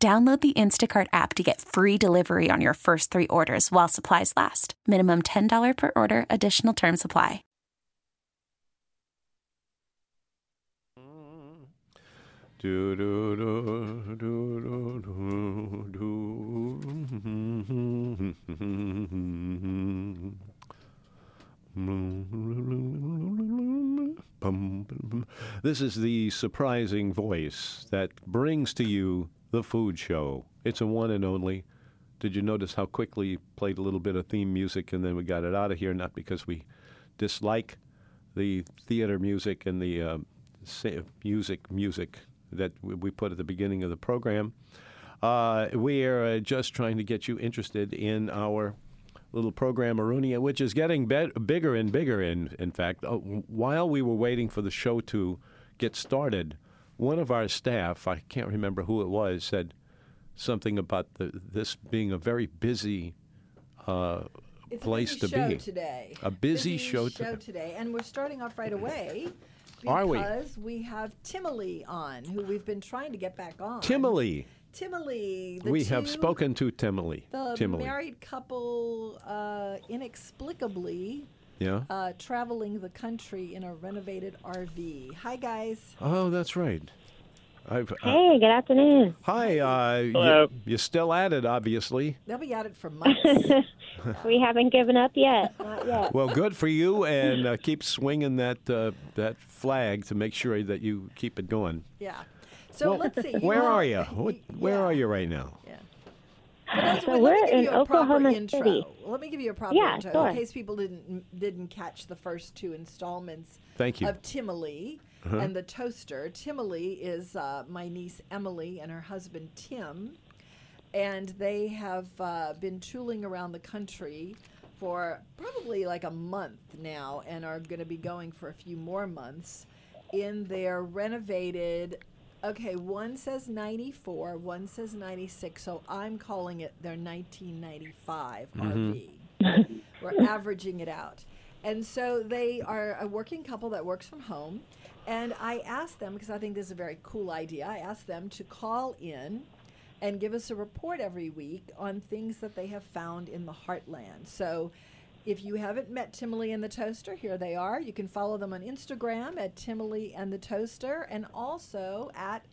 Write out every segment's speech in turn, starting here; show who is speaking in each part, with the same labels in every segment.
Speaker 1: Download the Instacart app to get free delivery on your first three orders while supplies last. Minimum $10 per order, additional term supply.
Speaker 2: Do, do, do, do, do, do, do. This is the surprising voice that brings to you the food show. It's a one and only. Did you notice how quickly you played a little bit of theme music and then we got it out of here? Not because we dislike the theater music and the uh, sa- music music that we- we put at the beginning of the program. Uh, we are uh, just trying to get you interested in our little program Arunia, which is getting bet bigger and bigger. In in fact, Uh, while we were waiting for the show to get started, one of our staff, I can't remember who it was, said something about the, this being a very busy uh,
Speaker 3: It's
Speaker 2: place
Speaker 3: a busy
Speaker 2: to
Speaker 3: show
Speaker 2: be.
Speaker 3: today.
Speaker 2: A busy show
Speaker 3: show
Speaker 2: today.
Speaker 3: today, and we're starting off right away
Speaker 2: Are we?
Speaker 3: because we have Timely on, who we've been trying to get back on.
Speaker 2: Timely,
Speaker 3: Timely. The
Speaker 2: we have
Speaker 3: two-
Speaker 2: spoken to Timely.
Speaker 3: The
Speaker 2: Timely,
Speaker 3: married couple uh, inexplicably
Speaker 2: yeah.
Speaker 3: uh, traveling the country in a renovated RV. Hi guys.
Speaker 2: oh, that's right. I've, uh,
Speaker 4: Hey, good afternoon.
Speaker 2: hi, uh,
Speaker 5: Hello.
Speaker 2: You, you're still at it, obviously.
Speaker 3: They'll be at it for months.
Speaker 4: We haven't given up yet. Not yet.
Speaker 2: Well, good for you, and uh, keep swinging that uh, that flag to make sure that you keep it going.
Speaker 3: yeah. So
Speaker 2: Well,
Speaker 3: let's see. you
Speaker 2: Where
Speaker 3: all-
Speaker 2: are you? What, where
Speaker 3: Yeah.
Speaker 2: are you right now?
Speaker 3: Yeah. For those-
Speaker 4: So
Speaker 3: wait,
Speaker 4: we're
Speaker 3: let me give
Speaker 4: in
Speaker 3: you a proper
Speaker 4: Oklahoma
Speaker 3: intro.
Speaker 4: City.
Speaker 3: Let me give you a proper
Speaker 4: Yeah,
Speaker 3: intro
Speaker 4: sure.
Speaker 3: in case people didn't didn't catch the first two installments.
Speaker 2: Thank you. Uh-huh.
Speaker 3: Of Timely and the toaster. Timely is uh, my niece Emily and her husband Tim, and they have uh, been tooling around the country for probably like a month now, and are going to be going for a few more months in their renovated. Okay, one says 94, one says 96, so I'm calling it their 1995
Speaker 2: Mm-hmm.
Speaker 3: RV. We're averaging it out. And so they are a working couple that works from home. And I asked them, because I think this is a very cool idea, I asked them to call in and give us a report every week on things that they have found in the heartland. So if you haven't met Timely and the Toaster, here they are. You can follow them on Instagram at Timely and the Toaster and also at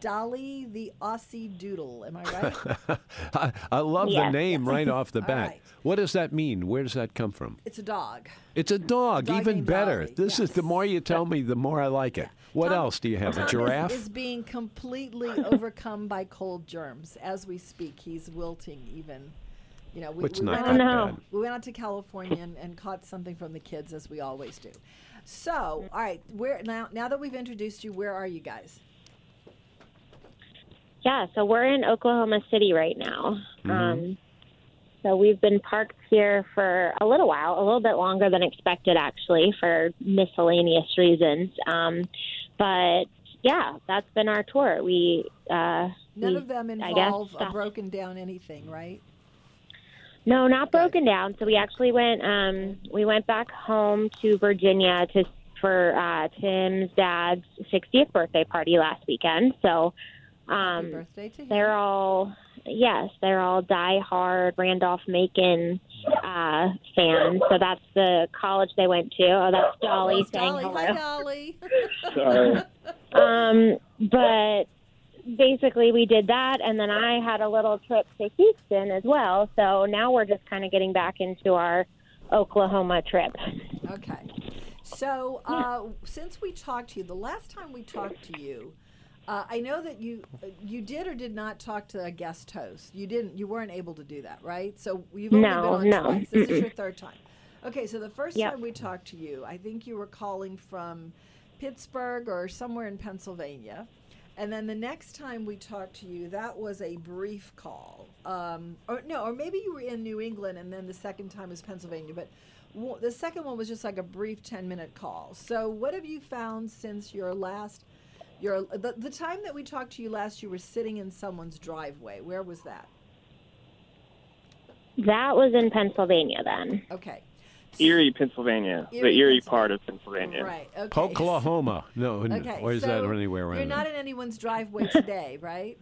Speaker 3: Dolly the Aussie Doodle. Am I right?
Speaker 2: I, I love the
Speaker 4: Yes.
Speaker 2: name right off the
Speaker 3: All
Speaker 2: bat.
Speaker 3: right.
Speaker 2: What does that mean? Where does that come from?
Speaker 3: it's a dog.
Speaker 2: It's a dog,
Speaker 3: dog
Speaker 2: even
Speaker 3: named
Speaker 2: better.
Speaker 3: Dolly,
Speaker 2: This is the
Speaker 3: yes.
Speaker 2: more you tell me, the more I like it. What
Speaker 3: Tom-
Speaker 2: else do you have?
Speaker 3: Tom
Speaker 2: A
Speaker 3: is-
Speaker 2: giraffe?
Speaker 3: Is, being completely overcome by cold germs as we speak. He's wilting even. You know, we,
Speaker 2: It's
Speaker 3: we
Speaker 2: not
Speaker 3: went
Speaker 2: that
Speaker 3: out,
Speaker 2: bad.
Speaker 3: we went out to California and, and caught something from the kids as we always do. So, all right, where now now that we've introduced you, where are you guys?
Speaker 4: Yeah, so we're in Oklahoma City right now.
Speaker 3: Mm-hmm.
Speaker 4: Um, so we've been parked here for a little while, a little bit longer than expected, actually, for miscellaneous reasons. Um, but yeah, that's been our tour. We uh,
Speaker 3: None
Speaker 4: we-
Speaker 3: of them
Speaker 4: I guess
Speaker 3: involve a
Speaker 4: stuff.
Speaker 3: broken down anything, right?
Speaker 4: No, not broken down. So we actually went. Um, we went back home to Virginia to for uh, Tim's dad's 60th birthday party last weekend. So
Speaker 3: Happy
Speaker 4: um,
Speaker 3: birthday to him.
Speaker 4: they're all yes, they're all diehard Randolph Macon uh, fans. So that's the college they went to. Oh, that's Dolly
Speaker 3: There's
Speaker 4: saying
Speaker 3: Dolly.
Speaker 4: hello
Speaker 3: Hi, Dolly.
Speaker 5: Sorry.
Speaker 4: um, but basically we did that and then i had a little trip to houston as well so now we're just kind of getting back into our oklahoma trip
Speaker 3: Okay. So, uh, since we talked to you the last time we talked to you, uh, I know that you you did or did not talk to a guest host. You didn't. You weren't able to do that, right? So you've only
Speaker 4: No,
Speaker 3: been on
Speaker 4: no.
Speaker 3: twice. This is your third time. Okay. So the first
Speaker 4: Yep.
Speaker 3: time we talked to you, I think you were calling from Pittsburgh or somewhere in Pennsylvania, And then the next time we talked to you, that was a brief call. Um, or no, or maybe you were in New England, and then the second time was Pennsylvania. But w- the second one was just like a brief ten-minute call. So, what have you found since your last, your the, the time that we talked to you last? You were sitting in someone's driveway. Where was that?
Speaker 4: That was in Pennsylvania then.
Speaker 3: Okay.
Speaker 5: Erie, Pennsylvania, the
Speaker 3: Erie,
Speaker 5: Erie part of Pennsylvania.
Speaker 3: Right. Okay.
Speaker 2: Oklahoma. No, n-
Speaker 3: Okay.
Speaker 2: or is that
Speaker 3: so
Speaker 2: anywhere around?
Speaker 3: You're
Speaker 2: there?
Speaker 3: not in anyone's driveway today, right?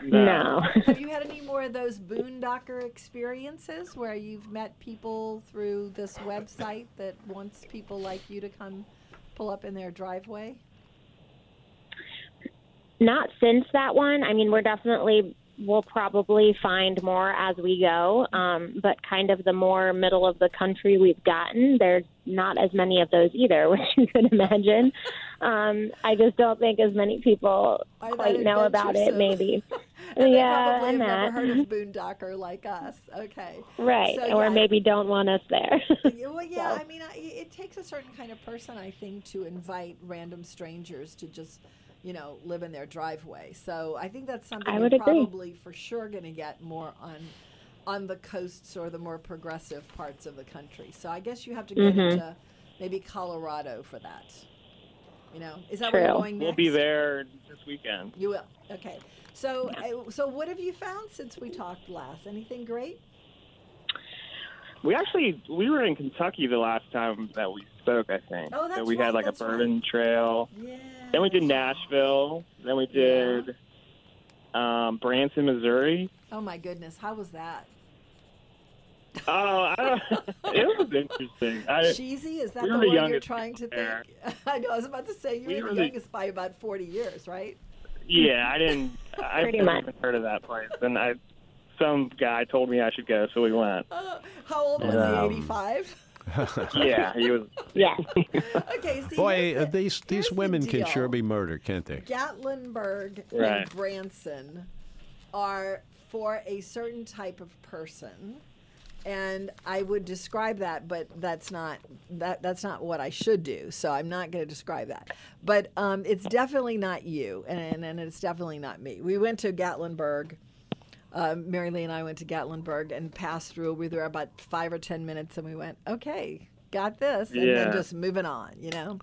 Speaker 4: No.
Speaker 3: Have you had any more of those boondocker experiences where you've met people through this website that wants people like you to come pull up in their driveway?
Speaker 4: Not since that one. I mean, we're definitely we'll probably find more as we go. Um, but kind of the more middle of the country we've gotten, there's not as many of those either, which you could imagine. Um, I just don't think as many people
Speaker 3: Are that
Speaker 4: quite know about it.
Speaker 3: adventuresome?
Speaker 4: Maybe
Speaker 3: And
Speaker 4: Yeah,
Speaker 3: they probably
Speaker 4: and
Speaker 3: have never
Speaker 4: that.
Speaker 3: heard of boondocker like us. Okay.
Speaker 4: right,
Speaker 3: So,
Speaker 4: or
Speaker 3: yeah,
Speaker 4: maybe don't want us there.
Speaker 3: Yeah, Well, yeah, I mean, I, it takes a certain kind of person, I think, to invite random strangers to just, you know, live in their driveway. So I think that's something
Speaker 4: I
Speaker 3: you're
Speaker 4: would agree.
Speaker 3: probably for sure going to get more on on the coasts or the more progressive parts of the country. So I guess you have to get
Speaker 4: Mhm.
Speaker 3: into maybe Colorado for that. You know, is that where you're
Speaker 4: True.
Speaker 3: going next?
Speaker 5: We'll be there this weekend.
Speaker 3: You will. Okay. So, uh, so what have you found since we talked last? Anything great?
Speaker 5: We actually we were in Kentucky the last time that we spoke. I think
Speaker 3: Oh, that's
Speaker 5: that we
Speaker 3: right,
Speaker 5: had like a
Speaker 3: that's right.
Speaker 5: bourbon trail.
Speaker 3: Yeah.
Speaker 5: Then we did Nashville. Then we did um, Branson, Missouri.
Speaker 3: Oh my goodness, how was that?
Speaker 5: Oh, I don't, it was interesting. I,
Speaker 3: cheesy? Is that
Speaker 5: we
Speaker 3: the
Speaker 5: were the
Speaker 3: word you're
Speaker 5: youngest
Speaker 3: trying to
Speaker 5: there.
Speaker 3: think? I know. I was about to say you
Speaker 5: We
Speaker 3: were
Speaker 5: were
Speaker 3: the
Speaker 5: the-
Speaker 3: youngest by about forty years, right?
Speaker 5: yeah, I didn't. I
Speaker 4: Pretty
Speaker 5: never
Speaker 4: much.
Speaker 5: even heard of that place, and I some guy told me I should go, so we went.
Speaker 3: Uh, how old was
Speaker 2: Um,
Speaker 3: he? Eighty-five.
Speaker 5: Yeah, he was.
Speaker 4: yeah.
Speaker 3: okay. See,
Speaker 2: Boy,
Speaker 3: here's
Speaker 2: uh,
Speaker 3: the-
Speaker 2: these
Speaker 3: here's
Speaker 2: these
Speaker 3: the
Speaker 2: women can sure
Speaker 3: deal.
Speaker 2: be murdered, can't they?
Speaker 3: Gatlinburg and
Speaker 5: Right.
Speaker 3: Branson are for a certain type of person. And I would describe that, but that's not that that's not what I should do. So I'm not going to describe that. But um, it's definitely not you, and and it's definitely not me. We went to Gatlinburg. Um, Mary Lee and I went to Gatlinburg and passed through. We were there about five or ten minutes, and we went, okay, got this, and
Speaker 5: Yeah.
Speaker 3: then just moving on. You know?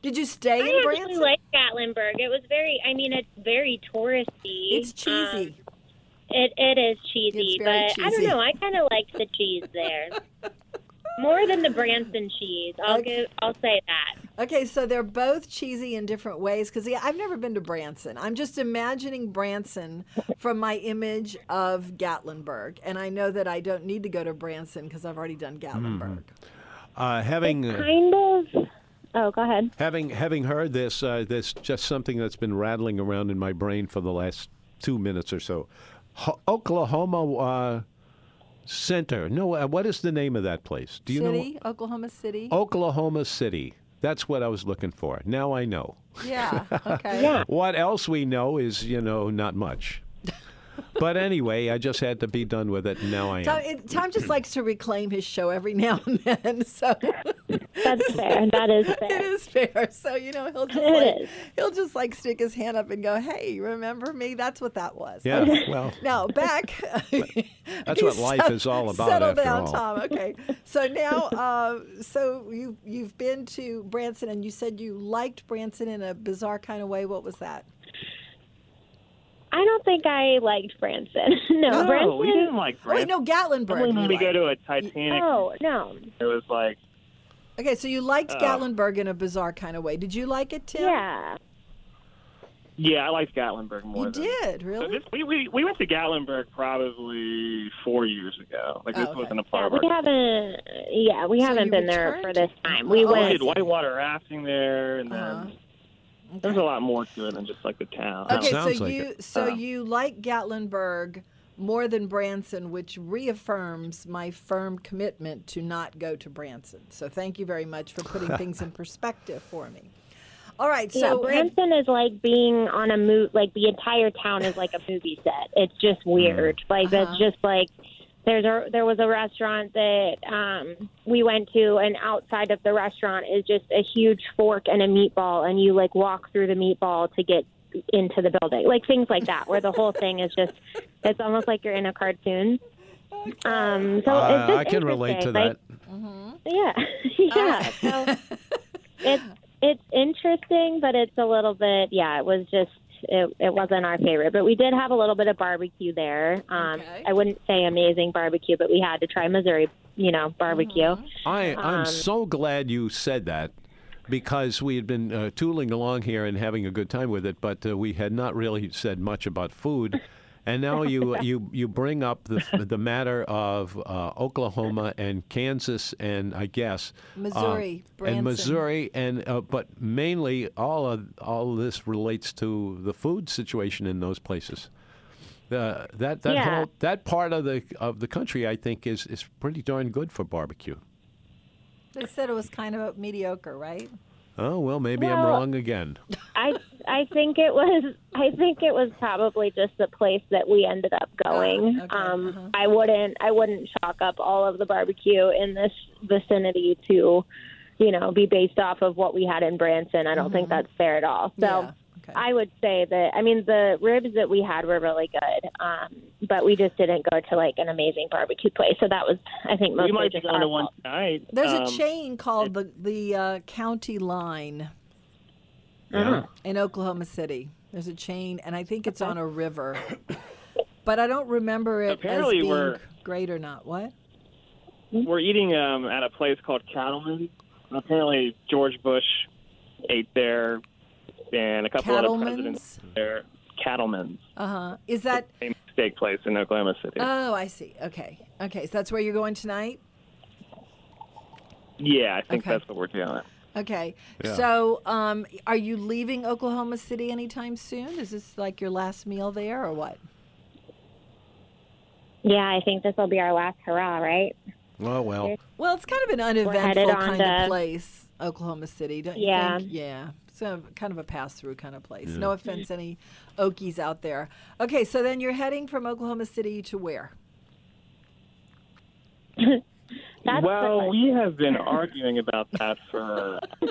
Speaker 3: Did you stay
Speaker 4: I
Speaker 3: in
Speaker 4: actually
Speaker 3: Branson?
Speaker 4: like Gatlinburg. It was very, I mean, it's very touristy.
Speaker 3: It's cheesy.
Speaker 4: Um, it, it is
Speaker 3: It's
Speaker 4: cheesy, but
Speaker 3: very
Speaker 4: I don't
Speaker 3: cheesy.
Speaker 4: know. I kind of liked the cheese there. More than the Branson cheese. I'll
Speaker 3: Okay.
Speaker 4: give, I'll say that.
Speaker 3: Okay, so they're both cheesy in different ways because yeah, I've never been to Branson. I'm just imagining Branson from my image of Gatlinburg, and I know that I don't need to go to Branson because I've already done Gatlinburg.
Speaker 2: Uh, having uh,
Speaker 4: Kind of. Oh, go ahead.
Speaker 2: Having having heard this, uh, this just something that's been rattling around in my brain for the last two minutes or so. Ho- Oklahoma uh, Center. No, uh, what is the name of that place? Do you Oh.
Speaker 3: City, Oklahoma City.
Speaker 2: know? Oklahoma City. That's what I was looking for. Now I know.
Speaker 3: Yeah. Okay.
Speaker 4: Yeah.
Speaker 2: What else we know is, you know, not much. but anyway, I just had to be done with it, and now I
Speaker 3: Tom,
Speaker 2: am.
Speaker 3: it, Tom just likes to reclaim his show every now and then, so
Speaker 4: That's fair. That is
Speaker 3: it
Speaker 4: fair.
Speaker 3: is fair. So you know he'll just
Speaker 4: It
Speaker 3: like,
Speaker 4: is.
Speaker 3: he'll just like stick his hand up and go, "Hey, remember me? That's what that was."
Speaker 2: Yeah, well,
Speaker 3: Now back.
Speaker 2: That's what life is all about,
Speaker 3: Settle
Speaker 2: after
Speaker 3: down,
Speaker 2: all.
Speaker 3: Tom. Okay. So now, uh, so you you've been to Branson, and you said you liked Branson in a bizarre kind of way. What was that?
Speaker 4: I don't think I liked Branson. no,
Speaker 5: No, we
Speaker 4: Branson.
Speaker 5: didn't like
Speaker 3: Oh, wait,
Speaker 5: Branson.
Speaker 3: no, Gatlinburg.
Speaker 5: Only
Speaker 3: you
Speaker 5: when we go
Speaker 3: liked.
Speaker 5: to a Titanic,
Speaker 4: Oh, no.
Speaker 5: it was like
Speaker 3: okay, so you liked
Speaker 5: Oh.
Speaker 3: Gatlinburg in a bizarre kind of way. Did you like it, Tim?
Speaker 4: Yeah.
Speaker 5: Yeah, I like Gatlinburg more.
Speaker 3: you
Speaker 5: than-
Speaker 3: did
Speaker 5: So
Speaker 3: really.
Speaker 5: this, we, we we went to Gatlinburg probably four years ago. Like this
Speaker 3: Oh, okay.
Speaker 5: wasn't a
Speaker 4: Yeah,
Speaker 5: part
Speaker 4: we
Speaker 5: of our.
Speaker 4: haven't. Yeah, we
Speaker 3: So you
Speaker 4: haven't been there for
Speaker 3: returned?
Speaker 4: this time. We
Speaker 3: Oh,
Speaker 5: We
Speaker 4: went.
Speaker 5: did whitewater rafting there, and then
Speaker 3: Uh-huh.
Speaker 5: there's a lot more to it than just like the town.
Speaker 2: That
Speaker 3: Okay, so
Speaker 2: sounds like
Speaker 3: you
Speaker 2: it.
Speaker 3: so
Speaker 4: Uh-huh.
Speaker 5: Uh.
Speaker 3: you like Gatlinburg more than Branson, which reaffirms my firm commitment to not go to Branson. So thank you very much for putting things in perspective for me. All right,
Speaker 4: yeah,
Speaker 3: so have-
Speaker 4: Branson is like being on a mo Like the entire town is like a movie set. It's just weird. Like
Speaker 3: Uh-huh.
Speaker 4: that's just like there's a there was a restaurant that um, we went to, and outside of the restaurant is just a huge fork and a meatball, and you like walk through the meatball to get into the building, like things like that, where the whole thing is just it's almost like you're in a cartoon. Um, so it's just
Speaker 2: uh, I can relate to
Speaker 4: interesting,
Speaker 2: that.
Speaker 4: like, yeah, yeah. So it's it's interesting, but it's a little bit. Yeah, it was just it, it wasn't our favorite, but we did have a little bit of barbecue there. Um,
Speaker 3: Okay.
Speaker 4: I wouldn't say amazing barbecue, but we had to try Missouri, you know, barbecue.
Speaker 2: I, I'm so glad you said that because we had been uh, tooling along here and having a good time with it, but uh, we had not really said much about food. And now you you you bring up the the matter of uh, Oklahoma and Kansas and I guess uh,
Speaker 3: Missouri, Branson.
Speaker 2: and Missouri and uh, but mainly all of all of this relates to the food situation in those places. Uh, that that
Speaker 4: Yeah.
Speaker 2: whole that part of the of the country I think is is pretty darn good for barbecue.
Speaker 3: They said it was kind of mediocre, right?
Speaker 2: Oh well, maybe I'm
Speaker 4: Well-
Speaker 2: wrong again.
Speaker 4: I I think it was I think it was probably just the place that we ended up going.
Speaker 3: okay,
Speaker 4: um,
Speaker 3: uh-huh.
Speaker 4: I wouldn't I wouldn't chalk up all of the barbecue in this vicinity to, you know, be based off of what we had in Branson. I don't think that's fair at all. So.
Speaker 3: Mm-hmm. Yeah, okay.
Speaker 4: I would say that I mean the ribs that we had were really good, um, but we just didn't go to like an amazing barbecue place. So that was I think mostly
Speaker 5: we might be
Speaker 4: just
Speaker 5: going
Speaker 4: our
Speaker 5: to one
Speaker 4: fault.
Speaker 5: tonight.
Speaker 3: There's
Speaker 5: Um,
Speaker 3: a chain called the the uh, County Line
Speaker 2: Yeah.
Speaker 3: in Oklahoma City. There's a chain, and I think it's on a river, but I don't remember it
Speaker 5: Apparently
Speaker 3: as being
Speaker 5: we're-
Speaker 3: great or not. What?
Speaker 5: We're eating um, at a place called Cattleman. Apparently, George Bush ate there, and a couple other presidents
Speaker 3: Cattlemen's.
Speaker 5: ate there. Cattleman's
Speaker 3: Uh huh. Is that?
Speaker 5: same steak place in Oklahoma City.
Speaker 3: Oh, I see. Okay. Okay. So that's where you're going tonight.
Speaker 5: yeah, I think
Speaker 3: okay.
Speaker 5: that's what we're doing.
Speaker 3: Okay.
Speaker 2: Yeah.
Speaker 3: So, um, are you leaving Oklahoma City anytime soon? Is this like your last meal there, or what?
Speaker 4: Yeah, I think this will be our last hurrah, right?
Speaker 2: Oh well.
Speaker 3: Well, it's kind of an
Speaker 4: headed
Speaker 3: uneventful
Speaker 4: on
Speaker 3: kind
Speaker 4: to-
Speaker 3: of place, Oklahoma City, don't
Speaker 4: Yeah.
Speaker 3: you think? Yeah. So kind of a pass through kind of place. No offense, any Okies out there. Okay, so then you're heading from Oklahoma City to where?
Speaker 4: That's
Speaker 5: well,
Speaker 4: the,
Speaker 5: we have been arguing about that for. I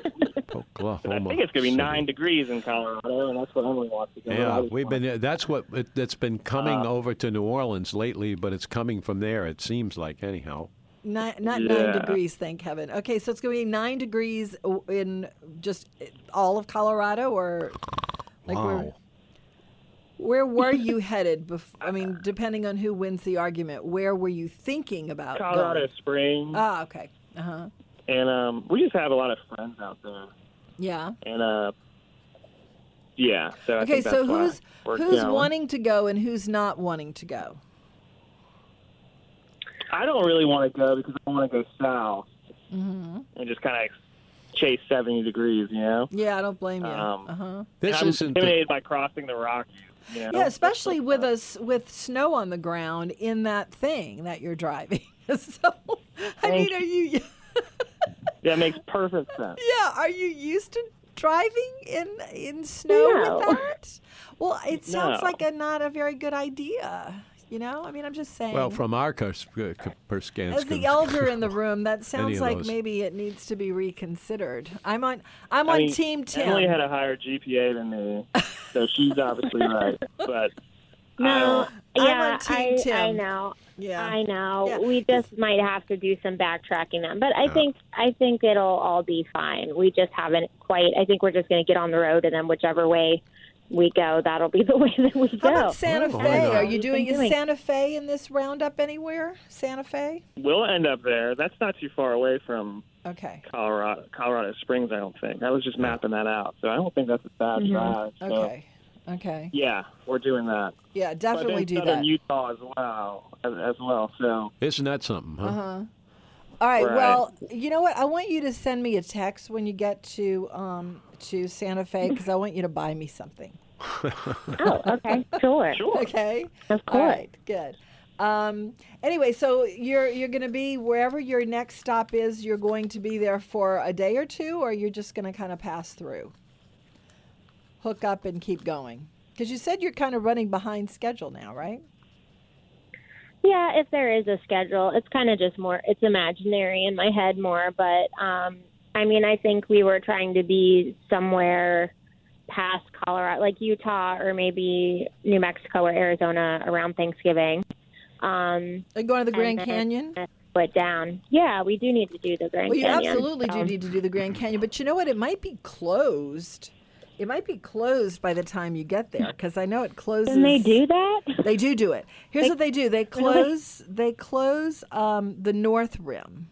Speaker 2: Oklahoma.
Speaker 5: think it's going to be
Speaker 2: City.
Speaker 5: nine degrees in Colorado, and that's what Emily wants to go. I
Speaker 2: Yeah,
Speaker 5: just
Speaker 2: we've
Speaker 5: want-
Speaker 2: been. uh, That's what it, that's been coming over to New Orleans lately, but it's coming from there. It seems like anyhow.
Speaker 3: Nine, not nine
Speaker 5: Yeah.
Speaker 3: degrees, thank heaven. Okay, so it's going to be nine degrees o- in just all of Colorado, or like where?
Speaker 2: wow.
Speaker 3: Where were you headed? Bef- I mean, depending on who wins the argument, where were you thinking about
Speaker 5: Colorado
Speaker 3: going?
Speaker 5: Springs,
Speaker 3: Ah, okay. Uh huh.
Speaker 5: and um, we just have a lot of friends out there,
Speaker 3: Yeah.
Speaker 5: and uh, yeah. So I
Speaker 3: Okay,
Speaker 5: think
Speaker 3: so
Speaker 5: that's why
Speaker 3: who's
Speaker 5: we're
Speaker 3: who's
Speaker 5: going.
Speaker 3: wanting to go and who's not wanting to go?
Speaker 5: I don't really want to go because I want to go south
Speaker 3: Mm-hmm.
Speaker 5: and just kind of chase 70 degrees, you know?
Speaker 3: Yeah, I don't blame you.
Speaker 5: Um,
Speaker 3: uh huh.
Speaker 2: This
Speaker 5: I'm
Speaker 2: isn't. The,
Speaker 5: intimidated by crossing the Rockies. You know?
Speaker 3: Yeah, especially with us with snow on the ground in that thing that you're driving. so, I mean, are you
Speaker 5: That makes perfect sense.
Speaker 3: yeah, are you used to driving in in snow with
Speaker 4: No.
Speaker 3: that? Well, it sounds
Speaker 5: No.
Speaker 3: like a not a very good idea. You know, I mean, I'm just saying.
Speaker 2: well, from our cus- uh, c-
Speaker 3: as
Speaker 2: perspective.
Speaker 3: the elder in the room, that sounds
Speaker 2: of
Speaker 3: like
Speaker 2: those.
Speaker 3: maybe it needs to be reconsidered. I'm on. I'm
Speaker 5: I
Speaker 3: on
Speaker 5: mean,
Speaker 3: team Tim.
Speaker 5: Emily had a higher GPA than me, so she's obviously right. But
Speaker 4: no,
Speaker 3: I'm
Speaker 4: yeah,
Speaker 3: on team
Speaker 4: I, I
Speaker 3: Tim.
Speaker 4: know.
Speaker 3: yeah.
Speaker 4: I know.
Speaker 3: Yeah.
Speaker 4: We just might have to do some backtracking then, but I think I think it'll all be fine. We just haven't quite. I think we're just going to get on the road, and then whichever way we go, that'll be the way that we
Speaker 3: How
Speaker 4: go.
Speaker 3: about Santa
Speaker 2: Well, why
Speaker 3: Fe?
Speaker 2: not?
Speaker 3: Are you doing
Speaker 4: Been
Speaker 3: is
Speaker 4: doing-
Speaker 3: Santa Fe in this roundup anywhere? Santa Fe?
Speaker 5: we'll end up there. That's not too far away from
Speaker 3: Okay.
Speaker 5: Colorado, Colorado Springs, I don't think. I was just mapping that out, so I don't think that's a bad drive. So,
Speaker 3: Mm-hmm. Okay. Okay.
Speaker 5: Yeah, we're doing that.
Speaker 3: Yeah,
Speaker 5: But
Speaker 3: definitely
Speaker 5: then
Speaker 3: do
Speaker 5: Southern
Speaker 3: that.
Speaker 5: Utah as well, as, as well. So
Speaker 2: isn't that something? Huh?
Speaker 3: Uh-huh. All right.
Speaker 5: Right.
Speaker 3: Well, you know what? I want you to send me a text when you get to um to Santa Fe because I want you to buy me something.
Speaker 4: Oh, okay, sure,
Speaker 5: sure.
Speaker 3: Okay.
Speaker 4: of
Speaker 3: All
Speaker 4: course.
Speaker 3: right. Good. Um, anyway, so you're you're going to be wherever your next stop is. You're going to be there for a day or two, or you're just going to kind of pass through, hook up, and keep going. Because you said you're kind of running behind schedule now, right?
Speaker 4: Yeah, if there is a schedule, it's kind of just more, it's imaginary in my head more. But um, I mean, I think we were trying to be somewhere past Colorado, like Utah or maybe New Mexico or Arizona around Thanksgiving. Um,
Speaker 3: And going to the Grand
Speaker 4: and then
Speaker 3: Canyon?
Speaker 4: Split down. Yeah, we do need to do the Grand
Speaker 3: Well, you
Speaker 4: Canyon.
Speaker 3: absolutely do
Speaker 4: so-
Speaker 3: need to do the Grand Canyon, but you know what? It might be closed. It might be closed by the time you get there because I know it closes.
Speaker 4: Can they do that?
Speaker 3: They do do it. Here's what they do: they close. They close um, the north rim,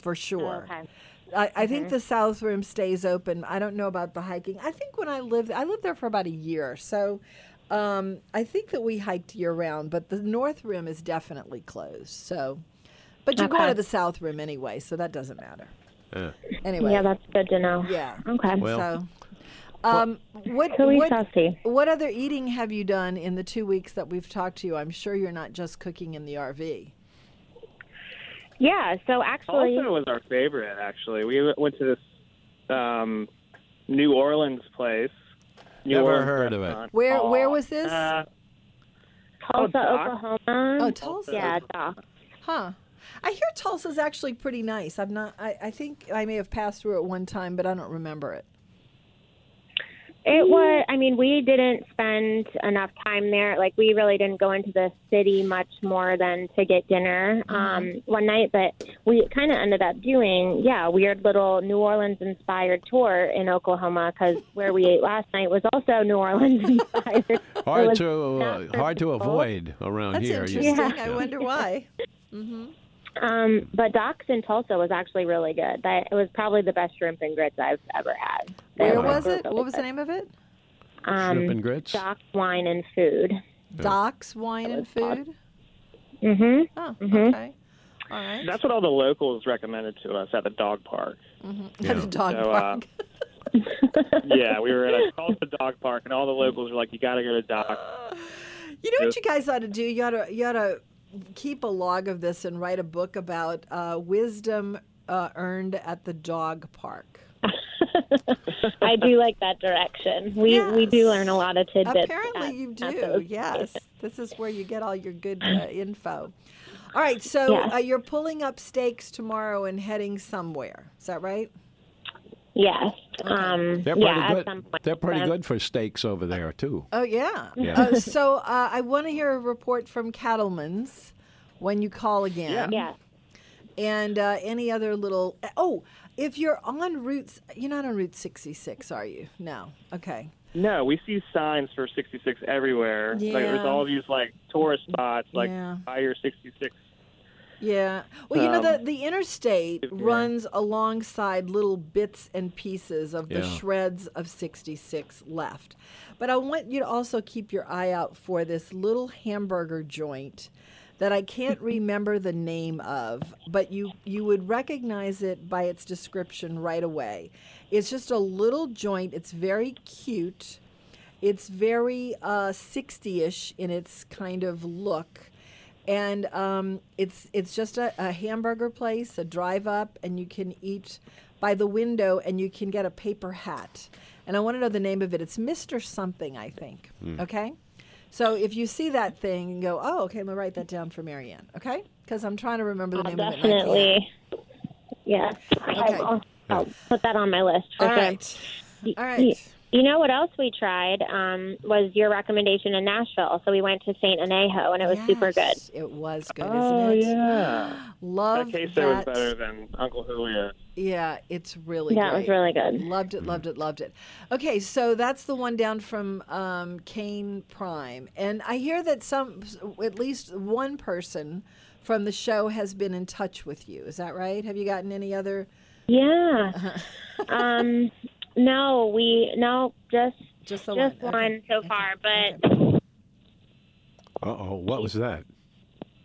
Speaker 3: for sure.
Speaker 4: Okay. Mm-hmm.
Speaker 3: I, I think the south room stays open. I don't know about the hiking. I think when I lived, I lived there for about a year, so um, I think that we hiked year round. But the north rim is definitely closed. So, but you go
Speaker 4: Okay.
Speaker 3: to the south rim anyway, so that doesn't matter.
Speaker 2: Yeah.
Speaker 3: Anyway,
Speaker 4: Yeah, that's good to know.
Speaker 3: Yeah.
Speaker 4: Okay.
Speaker 2: Well-
Speaker 3: so, um, what
Speaker 4: So we shall
Speaker 3: what,
Speaker 4: see.
Speaker 3: what other eating have you done in the two weeks that we've talked to you? I'm sure you're not just cooking in the RV.
Speaker 4: Yeah. So
Speaker 3: Oh,
Speaker 4: actually,
Speaker 5: Tulsa was our favorite. Actually, we w- went to this um, New Orleans place. New
Speaker 6: Never
Speaker 5: Orleans
Speaker 6: heard of it.
Speaker 5: restaurant.
Speaker 3: Where where
Speaker 5: Oh,
Speaker 3: was this?
Speaker 5: uh,
Speaker 4: Tulsa,
Speaker 5: Doc.
Speaker 4: Oklahoma.
Speaker 3: oh, Tulsa.
Speaker 4: yeah, Doc.
Speaker 3: Huh. I hear Tulsa's actually pretty nice. I'm not. I, I think I may have passed through it one time, but I don't remember it.
Speaker 4: It was. I mean, we didn't spend enough time there. Like, we really didn't go into the city much more than to get dinner
Speaker 3: Mm-hmm.
Speaker 4: um, one night. But we kind of ended up doing, yeah, a weird little New Orleans inspired tour in Oklahoma because where we ate last night was also New Orleans inspired. It
Speaker 6: Hard
Speaker 4: was
Speaker 6: to
Speaker 4: not
Speaker 6: uh, hard to
Speaker 4: purposeful.
Speaker 6: avoid.
Speaker 2: around
Speaker 3: That's
Speaker 2: here.
Speaker 3: interesting.
Speaker 2: You,
Speaker 3: I wonder why. Mm-hmm.
Speaker 4: Um, but Doc's in Tulsa was actually really good. That it was probably the best shrimp and grits I've ever had.
Speaker 3: Where
Speaker 4: They were
Speaker 3: was it?
Speaker 4: really
Speaker 3: What was the
Speaker 4: good.
Speaker 3: name of it?
Speaker 6: Shrimp
Speaker 4: Um,
Speaker 6: and grits.
Speaker 4: Doc's Wine and Food.
Speaker 3: Doc's Wine and Food.
Speaker 4: Mm-hmm.
Speaker 3: Oh, okay. All right.
Speaker 5: that's what all the locals recommended to us at the dog park.
Speaker 3: At the dog
Speaker 5: So, uh,
Speaker 3: park.
Speaker 5: yeah, we were at a called the dog park, and all the locals were like, "You got to go to Doc."
Speaker 3: You know what you guys ought to do? You ought to you ought to keep a log of this and write a book about uh, wisdom uh, earned at the dog park.
Speaker 4: I do like that direction. We we do learn a lot of tidbits.
Speaker 3: Apparently, you
Speaker 4: at
Speaker 3: do.
Speaker 4: those
Speaker 3: Yes, this is where you get all your good uh, info. All right, so
Speaker 4: Yes.
Speaker 3: uh, you're pulling up stakes tomorrow and heading somewhere. Is that right?
Speaker 4: Yes. Um,
Speaker 6: They're pretty
Speaker 4: yeah. At
Speaker 6: good.
Speaker 4: some point.
Speaker 6: They're pretty
Speaker 4: Um,
Speaker 6: good for steaks over there too.
Speaker 3: Oh yeah.
Speaker 6: Yeah.
Speaker 3: Uh, so uh, I want to hear a report from Cattleman's when you call again.
Speaker 4: Yeah.
Speaker 3: and uh, any other little oh if you're on routes you're not on route 66 are you no okay
Speaker 5: No, we see signs for 66 everywhere. Like,
Speaker 3: Yeah.
Speaker 5: there's all these like tourist spots, like
Speaker 3: Yeah.
Speaker 5: buy your 66.
Speaker 3: yeah well you know the,
Speaker 5: Um,
Speaker 3: the interstate runs alongside little bits and pieces of the
Speaker 6: Yeah.
Speaker 3: shreds of 66 left but i want you to also keep your eye out for this little hamburger joint that i can't remember the name of but you you would recognize it by its description right away it's just a little joint it's very cute It's very uh, 60-ish in its kind of look. And um, it's it's just a, a hamburger place, a drive up, and you can eat by the window and you can get a paper hat. And I want to know the name of it. It's Mr. Something, I think.
Speaker 5: Hmm.
Speaker 3: Okay? So if you see that thing and go, oh, okay, I'm going to write that down for Marianne. Okay? Because I'm trying to remember the
Speaker 4: I'll
Speaker 3: name of it. and I can't.
Speaker 4: Oh, definitely. Yes. I will. I'll put that on my list for
Speaker 3: All
Speaker 4: sure.
Speaker 3: right.
Speaker 4: Y-
Speaker 3: All
Speaker 4: y-
Speaker 3: right.
Speaker 4: You know what else we tried um, was your recommendation in Nashville. So we went to St. Anejo, and it was super good.
Speaker 3: Yes, It was good,
Speaker 5: Oh
Speaker 3: isn't it?
Speaker 5: yeah.
Speaker 3: Love
Speaker 5: that queso
Speaker 3: that.
Speaker 5: was better than Uncle Julio's.
Speaker 3: Yeah, it's really
Speaker 4: That was
Speaker 3: great.
Speaker 4: really good.
Speaker 3: Loved it, loved it, loved it. Okay, so that's the one down from um, Kane Prime, and I hear that some, at least one person from the show has been in touch with you. Is that right? Have you gotten any other?
Speaker 4: Yeah.
Speaker 3: Uh-huh.
Speaker 4: um, no, we no just
Speaker 3: Just the
Speaker 4: just
Speaker 3: one.
Speaker 4: one,
Speaker 3: Okay.
Speaker 4: so
Speaker 3: Okay.
Speaker 4: far, but
Speaker 2: uh oh, what was that?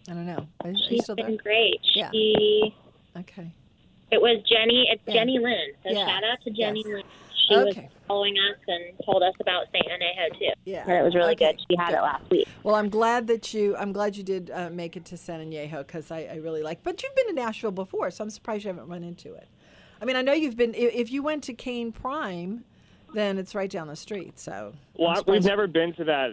Speaker 3: I don't know. Are, are you
Speaker 4: she's
Speaker 3: still there?
Speaker 4: been great.
Speaker 3: Yeah.
Speaker 4: She
Speaker 3: Okay.
Speaker 4: It was Jenny. It's
Speaker 3: Yeah.
Speaker 4: Jenny Lynn. So
Speaker 3: Yeah.
Speaker 4: shout out to Jenny
Speaker 3: Yes.
Speaker 4: Lynn. She
Speaker 3: Okay.
Speaker 4: was following us and told us about St. Anejo too.
Speaker 3: Yeah.
Speaker 4: And it was really
Speaker 3: Okay.
Speaker 4: good. She had
Speaker 3: Good.
Speaker 4: it last week.
Speaker 3: Well, I'm glad that you. I'm glad you did uh, make it to San Añejo because I, I really like. But you've been to Nashville before, so I'm surprised you haven't run into it. I mean, I know you've been. i- If you went to Kane Prime, then it's right down the street. So
Speaker 5: Well,
Speaker 3: I'm
Speaker 5: I-
Speaker 3: surprised-
Speaker 5: we've never been to that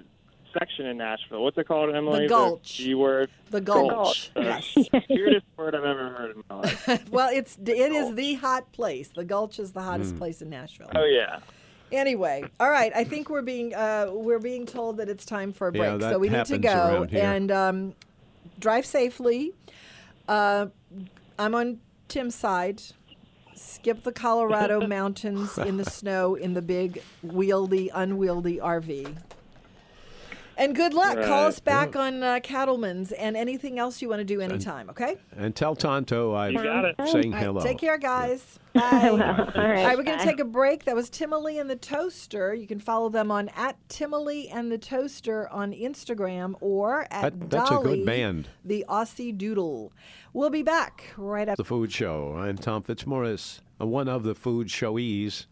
Speaker 5: section in Nashville. What's it called, Emily?
Speaker 3: Gulch.
Speaker 5: G word.
Speaker 3: the Gulch.
Speaker 5: The
Speaker 3: Yes.
Speaker 5: Weirdest word I've ever heard in my life.
Speaker 3: well, it's it is the hot place. The Gulch is the hottest place in Nashville.
Speaker 5: Oh yeah.
Speaker 3: Anyway, all right. I think we're being uh, we're being told that it's time for a
Speaker 2: Yeah,
Speaker 3: break,
Speaker 2: that
Speaker 3: so we need to
Speaker 2: happens
Speaker 3: go
Speaker 2: around here.
Speaker 3: and um, drive safely. Uh, I'm on Tim's side. Skip the Colorado mountains in the snow in the big wieldy, unwieldy RV. And good luck. Call
Speaker 5: Right.
Speaker 3: us back on uh, Cattleman's and anything else you want to do anytime. Okay.
Speaker 2: And tell Tonto I'm
Speaker 4: You got it.
Speaker 2: saying
Speaker 3: All right,
Speaker 2: hello.
Speaker 3: take care, guys. Bye.
Speaker 4: All right.
Speaker 3: All right, we're going to
Speaker 4: bye.
Speaker 3: take a break. That was Timely and the Toaster. You can follow them on at Timely and the Toaster on Instagram or at
Speaker 2: That- that's a good
Speaker 3: Dolly,
Speaker 2: band.
Speaker 3: the Aussie Doodle. We'll be back right after.
Speaker 2: The Food Show. I'm Tom Fitzmaurice, uh, one of the Food Showees,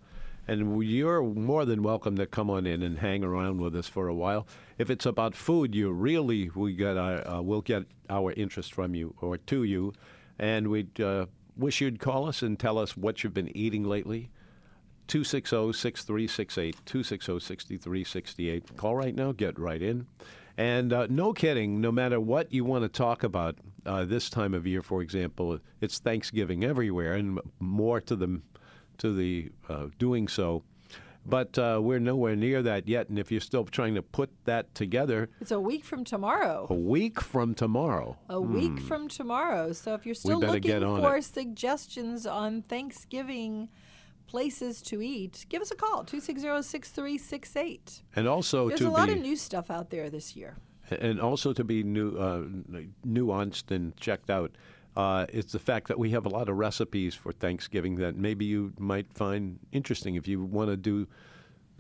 Speaker 2: and you're more than welcome to come on in and hang around with us for a while. If it's about food, you really we get our, uh, we'll get our interest from you or to you, and we'd uh, wish you'd call us and tell us what you've been eating lately. oh, 260-6368, oh, 260-6368. Call right now, get right in. And uh, no kidding, no matter what you want to talk about uh, this time of year, for example, it's Thanksgiving everywhere and m- more to the, to the uh, doing so. But uh, we're nowhere near that yet. And if you're still trying to put that together,
Speaker 3: It's a week from tomorrow.
Speaker 2: a week from tomorrow,
Speaker 3: A week from tomorrow. So if you're still
Speaker 2: Hmm. better
Speaker 3: looking
Speaker 2: get on
Speaker 3: for
Speaker 2: it.
Speaker 3: suggestions on Thanksgiving places to eat, give us a call 260 6368.
Speaker 2: and also
Speaker 3: There's
Speaker 2: Oh, to
Speaker 3: a lot
Speaker 2: be
Speaker 3: of new stuff out there this year.
Speaker 2: and also to be new, uh, nuanced and checked out uh, is the fact that we have a lot of recipes for Thanksgiving that maybe you might find interesting if you want to do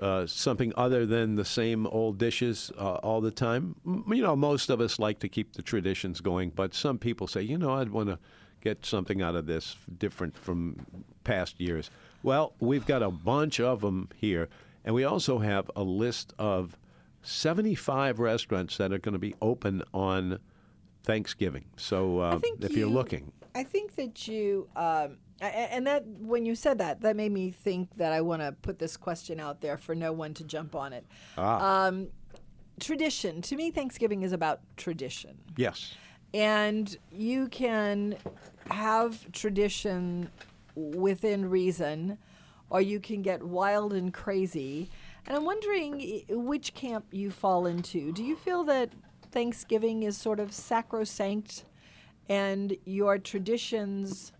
Speaker 2: uh, something other than the same old dishes uh, all the time. M- you know, most of us like to keep the traditions going, but some people say, you know, I'd want to get something out of this different from past years. Well, we've got a bunch of them here, and we also have a list of 75 restaurants that are going to be open on Thanksgiving. So uh,
Speaker 3: think
Speaker 2: if you're
Speaker 3: you-
Speaker 2: looking,
Speaker 3: I think that you, um, a- a- and that when you said that, that made me think that I want to put this question out there for no one to jump on it.
Speaker 2: Ah.
Speaker 3: Um, tradition. To me, Thanksgiving is about tradition.
Speaker 2: yes.
Speaker 3: And you can have tradition within reason, or you can get wild and crazy. And I'm wondering i- which camp you fall into. Do you feel that Thanksgiving is sort of sacrosanct and your traditions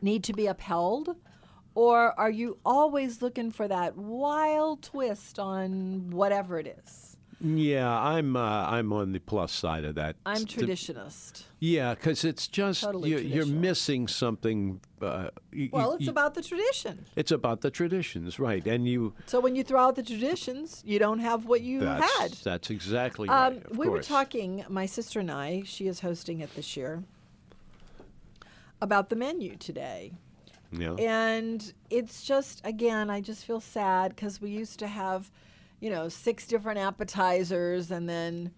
Speaker 3: need to be upheld? Or are you always looking for that wild twist on whatever it is?
Speaker 2: Yeah, I'm uh, I'm on the plus side of that.
Speaker 3: I'm
Speaker 2: It's the-
Speaker 3: traditionalist.
Speaker 2: Yeah, because it's just
Speaker 3: Totally
Speaker 2: you, you're
Speaker 3: traditional.
Speaker 2: missing something. Uh, you-
Speaker 3: Well,
Speaker 2: you-
Speaker 3: it's
Speaker 2: you-
Speaker 3: about the tradition.
Speaker 2: it's about the traditions, right? And you
Speaker 3: So when you throw out the traditions, you don't have what you
Speaker 2: that's
Speaker 3: had.
Speaker 2: that's exactly
Speaker 3: Um,
Speaker 2: right. of
Speaker 3: we were
Speaker 2: course.
Speaker 3: talking, my sister and I, she is hosting it this year, about the menu today.
Speaker 2: Yeah.
Speaker 3: And it's just, again, I just feel sad because we used to have, you know, six different appetizers and then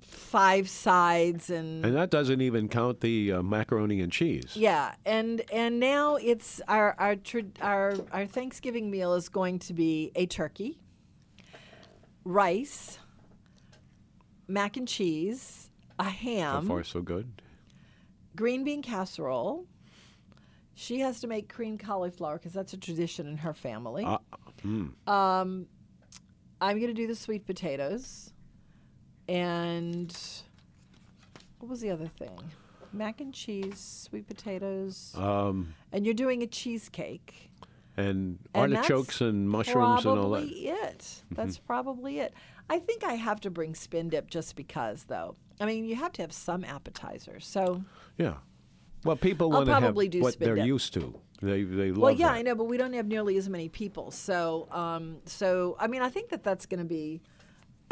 Speaker 3: five sides and.
Speaker 2: and that doesn't even count the uh, macaroni and cheese.
Speaker 3: Yeah, and and now it's our our tr- our our Thanksgiving meal is going to be a turkey, rice, mac and cheese, a
Speaker 2: So
Speaker 3: ham,
Speaker 2: far, so good.
Speaker 3: green bean casserole. She has to make cream cauliflower because that's a tradition in her family.
Speaker 2: Ah,
Speaker 3: Um, I'm going to do the sweet potatoes, and what was the other thing? Mac and cheese, sweet potatoes.
Speaker 2: Um,
Speaker 3: And you're doing a cheesecake.
Speaker 2: and,
Speaker 3: And that's
Speaker 2: artichokes and mushrooms and all that. Mm-hmm.
Speaker 3: Probably it. That's probably it. I think I have to bring spin dip just because, though. I mean, you have to have some appetizers. So,
Speaker 2: Yeah. Well, people
Speaker 3: I'll
Speaker 2: want to have
Speaker 3: probably do
Speaker 2: what
Speaker 3: spin
Speaker 2: they're
Speaker 3: dip.
Speaker 2: used to. They they love
Speaker 3: well, yeah,
Speaker 2: that.
Speaker 3: I know, but we don't have nearly as many people. So, um, so I mean, I think that that's going to be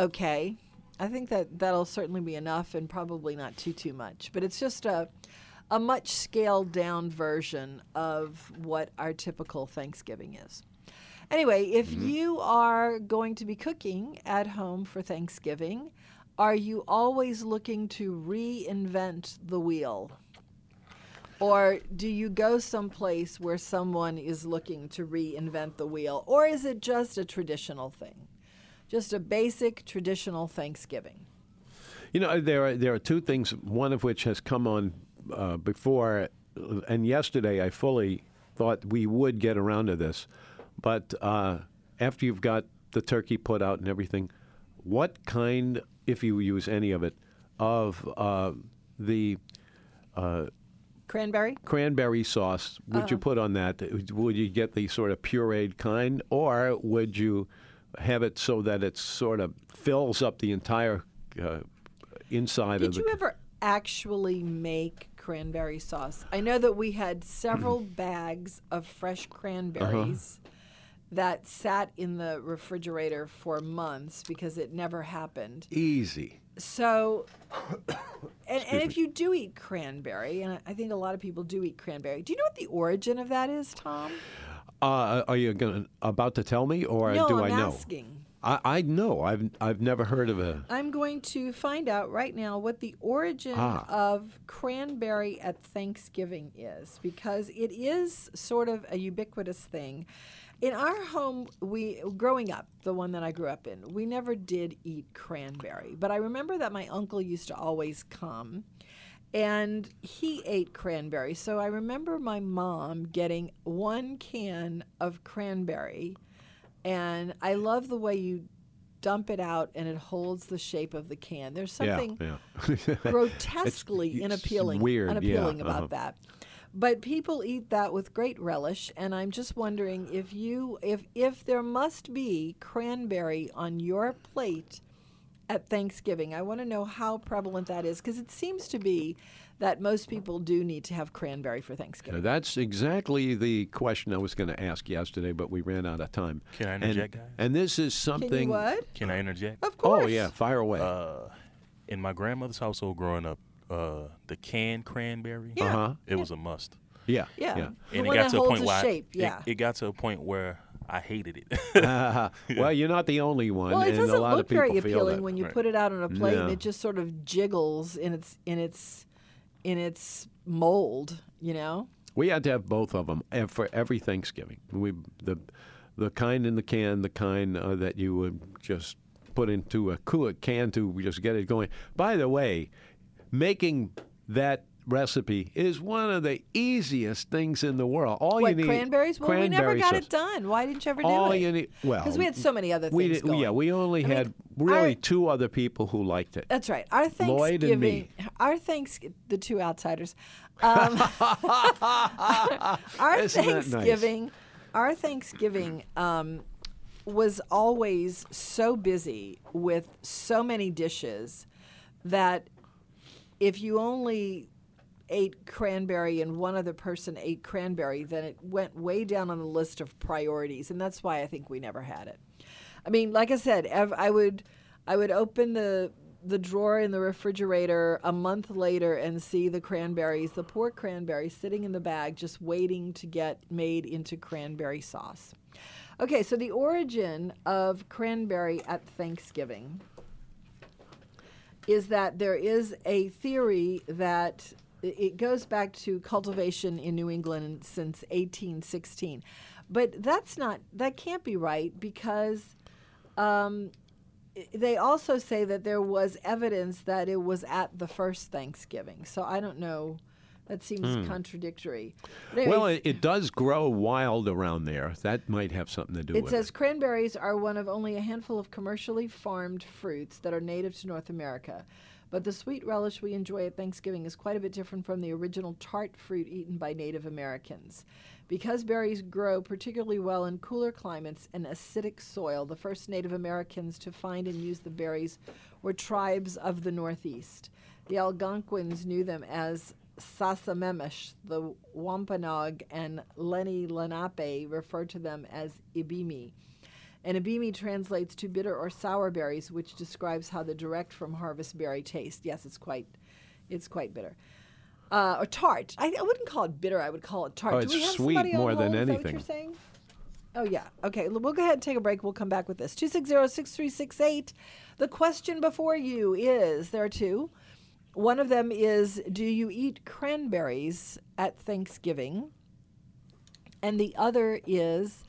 Speaker 3: okay. I think that that'll certainly be enough, and probably not too too much. But it's just a a much scaled down version of what our typical Thanksgiving is. Anyway, if
Speaker 2: Mm-hmm.
Speaker 3: you are going to be cooking at home for Thanksgiving, are you always looking to reinvent the wheel? Or do you go someplace where someone is looking to reinvent the wheel? Or is it just a traditional thing? Just a basic traditional Thanksgiving?
Speaker 2: You know, there are, there are two things, one of which has come on uh, before, and yesterday I fully thought we would get around to this. But uh, after you've got the turkey put out and everything, what kind, if you use any of it, of uh, the uh,
Speaker 3: Cranberry?
Speaker 2: cranberry sauce would
Speaker 3: Uh-huh.
Speaker 2: you put on that? Would you get the sort of pureed kind, or would you have it so that it sort of fills up the entire uh, inside of
Speaker 3: Did
Speaker 2: the?
Speaker 3: you ever actually make cranberry sauce? I know that we had several bags of fresh cranberries that sat in the refrigerator for months because it never happened.
Speaker 2: Easy.
Speaker 3: So, and, and if you do eat cranberry, and I- I think a lot of people do eat cranberry, do you know what the origin of that is, Tom?
Speaker 2: Uh, are you gonna about to tell me, or
Speaker 3: no,
Speaker 2: Uh, do
Speaker 3: I'm
Speaker 2: I know?
Speaker 3: asking.
Speaker 2: I, I know. I've I've never heard of a.
Speaker 3: I'm going to find out right now what the origin
Speaker 2: Ah.
Speaker 3: of cranberry at Thanksgiving is because it is sort of a ubiquitous thing. In our home, we growing up, the one that I grew up in, we never did eat cranberry, but I remember that my uncle used to always come and he ate cranberry. So I remember my mom getting one can of cranberry. And I love the way you dump it out and it holds the shape of the can. There's something
Speaker 2: Yeah,
Speaker 3: grotesquely
Speaker 2: it's
Speaker 3: inappealing,
Speaker 2: weird, yeah,
Speaker 3: unappealing about
Speaker 2: uh-huh.
Speaker 3: that. But people eat that with great relish, and I'm just wondering if you, if if there must be cranberry on your plate at Thanksgiving. I want to know how prevalent that is because it seems to be that most people do need to have cranberry for
Speaker 2: yeah.
Speaker 3: Thanksgiving.
Speaker 2: That's exactly the question I was going to ask yesterday, but we ran out of time.
Speaker 7: Can I
Speaker 2: And-
Speaker 7: interject, guys?
Speaker 2: And, this is something.
Speaker 3: Can you what?
Speaker 7: Can I interject?
Speaker 3: Of course.
Speaker 2: Oh yeah, fire away.
Speaker 7: Uh, In my grandmother's household growing up, uh, the canned cranberry,
Speaker 3: Yeah. Uh-huh.
Speaker 7: it was a must.
Speaker 2: yeah,
Speaker 3: Yeah. The
Speaker 7: And
Speaker 3: one
Speaker 7: it got
Speaker 3: that
Speaker 7: to a
Speaker 3: holds
Speaker 7: point
Speaker 3: a
Speaker 7: where I-
Speaker 3: shape,
Speaker 7: it-
Speaker 3: yeah.
Speaker 7: it, got to a point where I hated it.
Speaker 2: Well, you're not the only one,
Speaker 3: Well, it
Speaker 2: and
Speaker 3: doesn't
Speaker 2: a lot
Speaker 3: look
Speaker 2: of people feel
Speaker 3: very appealing
Speaker 2: that.
Speaker 3: when you
Speaker 7: Right.
Speaker 3: put it out on a plate and
Speaker 2: No.
Speaker 3: it just sort of jiggles in its in its in its mold, you know?
Speaker 2: We had to have both of them for every Thanksgiving. We the the kind in the can, the kind uh, that you would just put into a cooler can to just get it going. By the way, making that recipe is one of the easiest things in the world. All you
Speaker 3: what
Speaker 2: need
Speaker 3: cranberries? Well, we never
Speaker 2: cranberry
Speaker 3: got
Speaker 2: sauce.
Speaker 3: it done. Why didn't you ever do
Speaker 2: All
Speaker 3: it?
Speaker 2: you need, well,
Speaker 3: because we had so many other things
Speaker 2: we did-
Speaker 3: going.
Speaker 2: yeah, we only
Speaker 3: I mean,
Speaker 2: had really
Speaker 3: our-
Speaker 2: two other people who liked it.
Speaker 3: That's right. Our Thanksgiving,
Speaker 2: Lloyd and me.
Speaker 3: our thanks, the two outsiders. Um, our
Speaker 2: Isn't that nice?
Speaker 3: Thanksgiving, our Thanksgiving um, was always so busy with so many dishes that if you only ate cranberry and one other person ate cranberry, then it went way down on the list of priorities, and that's why I think we never had it. I mean, like I said, ev- I would I would open the the drawer in the refrigerator a month later and see the cranberries, the poor cranberries sitting in the bag, just waiting to get made into cranberry sauce. Okay, so the origin of cranberry at Thanksgiving is that there is a theory that i- it goes back to cultivation in New England since 1816. But that's not, that can't be right because um, i- they also say that there was evidence that it was at the first Thanksgiving. So I don't know. That seems contradictory. But
Speaker 2: Well,
Speaker 3: anyways-
Speaker 2: it, it does grow wild around there. That might have something to do
Speaker 3: It
Speaker 2: with
Speaker 3: says cranberries are one of only a handful of commercially farmed fruits that are native to North America. But the sweet relish we enjoy at Thanksgiving is quite a bit different from the original tart fruit eaten by Native Americans. Because berries grow particularly well in cooler climates and acidic soil, the first Native Americans to find and use the berries were tribes of the Northeast. The Algonquins knew them as Sasamemesh, the Wampanoag, and Lenni Lenape refer to them as Ibimi. And Ibimi translates to bitter or sour berries, which describes how the direct from harvest berry taste. Yes, it's quite, it's quite bitter. Uh, or tart. I, I wouldn't call it bitter. I would call it tart.
Speaker 2: Oh,
Speaker 3: Do
Speaker 2: it's
Speaker 3: we have
Speaker 2: sweet
Speaker 3: somebody on
Speaker 2: more than
Speaker 3: hold? Is that what
Speaker 2: anything.
Speaker 3: you're saying? Oh, yeah. Okay. l- We'll go ahead and take a break. We'll come back with this. 260 6368. The question before you is there are two. One of them is Do you eat cranberries at Thanksgiving? And the other is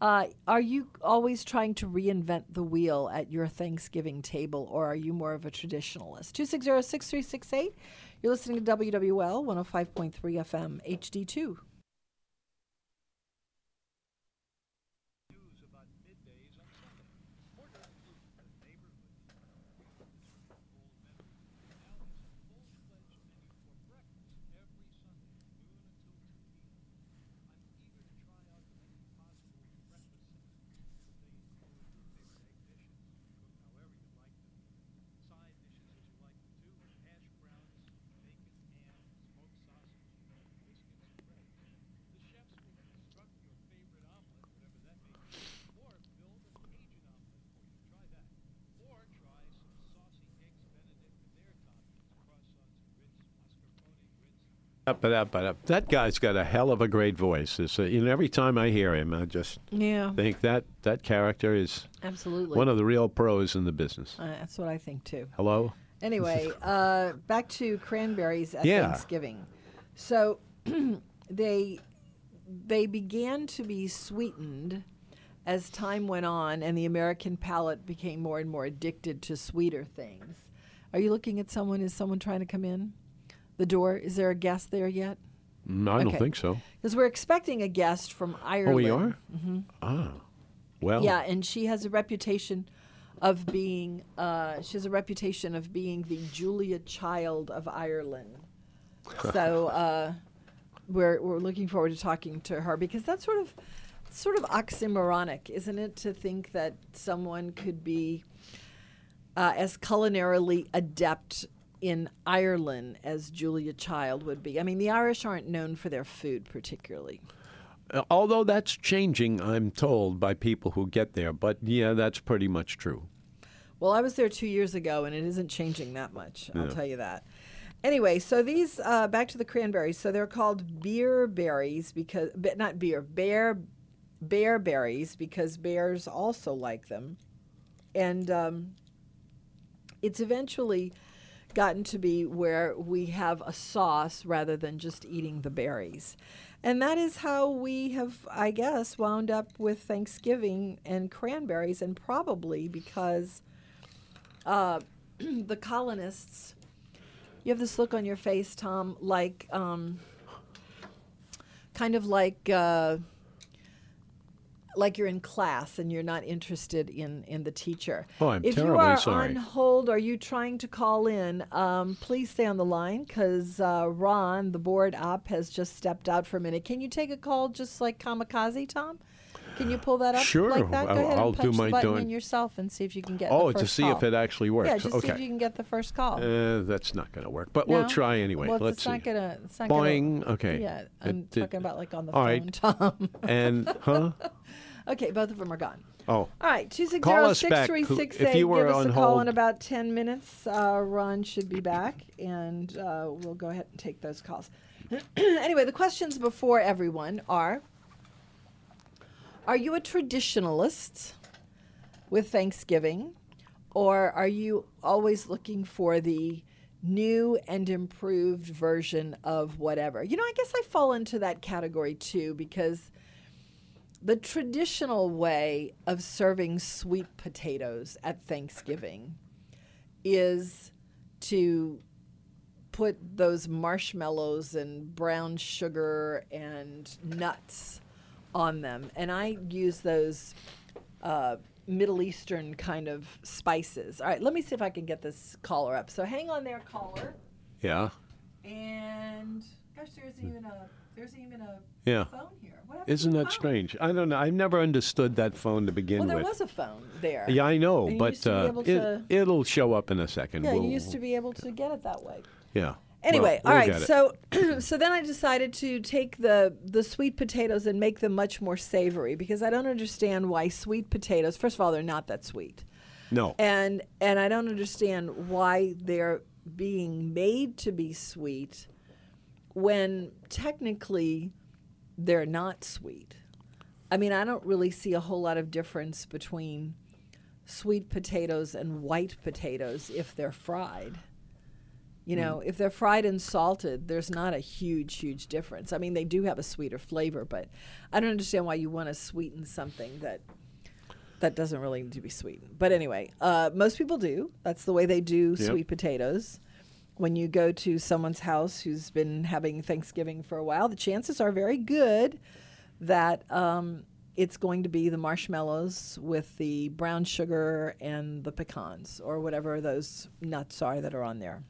Speaker 3: uh, Are you always trying to reinvent the wheel at your Thanksgiving table, or are you more of a traditionalist? 260 6368. You're listening to WWL 105.3 FM HD2.
Speaker 2: Up and up and up. That guy's got a hell of a great voice. It's, uh, you know, every time I hear him, I just
Speaker 3: Yeah.
Speaker 2: think that that character is
Speaker 3: Absolutely.
Speaker 2: one of the real pros in the business.
Speaker 3: Uh, that's what I think too.
Speaker 2: Hello.
Speaker 3: Anyway, uh, back to cranberries at
Speaker 2: Yeah.
Speaker 3: Thanksgiving. So they they began to be sweetened as time went on, and the American palate became more and more addicted to sweeter things. Are you looking at someone? Is someone trying to come in? The door? Is there a guest there yet?
Speaker 2: Mm, I don't
Speaker 3: Okay.
Speaker 2: think so.
Speaker 3: Because we're expecting a guest from Ireland.
Speaker 2: Oh, we are. Mm-hmm. Ah, well.
Speaker 3: Yeah, and she has a reputation of being uh, she has a reputation of being the Julia Child of Ireland. So uh, we're we're looking forward to talking to her because that's sort of sort of oxymoronic, isn't it, to think that someone could be uh, as culinarily adept in Ireland as Julia Child would be. I mean, the Irish aren't known for their food particularly.
Speaker 2: Uh, Although that's changing, I'm told by people who get there. But yeah, that's pretty much true.
Speaker 3: Well, I was there two years ago, and it isn't changing that much. I'll tell you that. Anyway, so these uh, back to the cranberries. So they're called beer berries because but not beer bear bear berries because bears also like them, and um, it's eventually gotten to be where we have a sauce rather than just eating the berries. And that is how we have, I guess, wound up with Thanksgiving and cranberries, and probably because the colonists. You have this look on your face, Tom, like um, kind of like uh, like you're in class and you're not interested in in the teacher.
Speaker 2: Oh, I'm
Speaker 3: if
Speaker 2: terribly
Speaker 3: you are
Speaker 2: sorry.
Speaker 3: on hold, are you trying to call in? Um, please stay on the line because uh, Ron, the board op, has just stepped out for a minute. Can you take a call just like Kamikaze, Tom? Can you pull that up
Speaker 2: Sure,
Speaker 3: like that? Go
Speaker 2: I'll-
Speaker 3: ahead and
Speaker 2: I'll do
Speaker 3: punch the
Speaker 2: my
Speaker 3: button
Speaker 2: doing-
Speaker 3: in yourself and see if you can get.
Speaker 2: Oh,
Speaker 3: the
Speaker 2: to
Speaker 3: first
Speaker 2: see
Speaker 3: call.
Speaker 2: if it actually works.
Speaker 3: Yeah, just
Speaker 2: okay.
Speaker 3: see if you can get the first call.
Speaker 2: Uh, that's not going to work, but we'll
Speaker 3: No?
Speaker 2: try anyway.
Speaker 3: Well,
Speaker 2: Let's
Speaker 3: it's
Speaker 2: see.
Speaker 3: Not gonna, it's not
Speaker 2: Boing.
Speaker 3: Gonna,
Speaker 2: Okay.
Speaker 3: Yeah,
Speaker 2: It
Speaker 3: I'm
Speaker 2: did-
Speaker 3: talking about like on the
Speaker 2: All
Speaker 3: phone,
Speaker 2: right.
Speaker 3: Tom.
Speaker 2: And huh?
Speaker 3: okay, both of them are gone.
Speaker 2: Oh,
Speaker 3: All right, two six
Speaker 2: Call
Speaker 3: zero
Speaker 2: us
Speaker 3: six
Speaker 2: back.
Speaker 3: three six eight.
Speaker 2: If you were
Speaker 3: Give us
Speaker 2: on
Speaker 3: a call in
Speaker 2: hold-
Speaker 3: about ten minutes. Uh, Ron should be back, and uh, we'll go ahead and take those calls. anyway, the questions before everyone are: Are you a traditionalist with Thanksgiving, or are you always looking for the new and improved version of whatever? You know, I guess I fall into that category too because the traditional way of serving sweet potatoes at Thanksgiving is to put those marshmallows and brown sugar and nuts on them. And I use those uh, Middle Eastern kind of spices. All right, let me see if I can get this caller up. So hang on there, caller.
Speaker 2: yeah,
Speaker 3: And gosh, there isn't even a there isn't even a
Speaker 2: Yeah.
Speaker 3: phone here. What happened to
Speaker 2: isn't
Speaker 3: the
Speaker 2: that
Speaker 3: phone?
Speaker 2: strange? I don't know. I've never understood that phone to begin
Speaker 3: Well, there
Speaker 2: with.
Speaker 3: was a phone there.
Speaker 2: yeah, I know,
Speaker 3: And you
Speaker 2: but
Speaker 3: used to be
Speaker 2: uh,
Speaker 3: able to-
Speaker 2: it, it'll show up in a 2nd
Speaker 3: Yeah, you used to be able to get it that way.
Speaker 2: Yeah.
Speaker 3: Anyway,
Speaker 2: Well,
Speaker 3: all
Speaker 2: we'll
Speaker 3: right.
Speaker 2: get it.
Speaker 3: So, so then I decided to take the the sweet potatoes and make them much more savory because I don't understand why sweet potatoes. First of all, they're not that sweet,
Speaker 2: no.
Speaker 3: and and I don't understand why they're being made to be sweet when technically they're not sweet. I mean, I don't really see a whole lot of difference between sweet potatoes and white potatoes if they're fried. You know, if they're fried and salted, there's not a huge, huge difference. I mean, they do have a sweeter flavor, but I don't understand why you want to sweeten something that that doesn't really need to be sweetened. But anyway, uh, most people do. That's the way they do
Speaker 2: Yep.
Speaker 3: sweet potatoes. When you go to someone's house who's been having Thanksgiving for a while, the chances are very good that um, it's going to be the marshmallows with the brown sugar and the pecans or whatever those nuts are that are on there.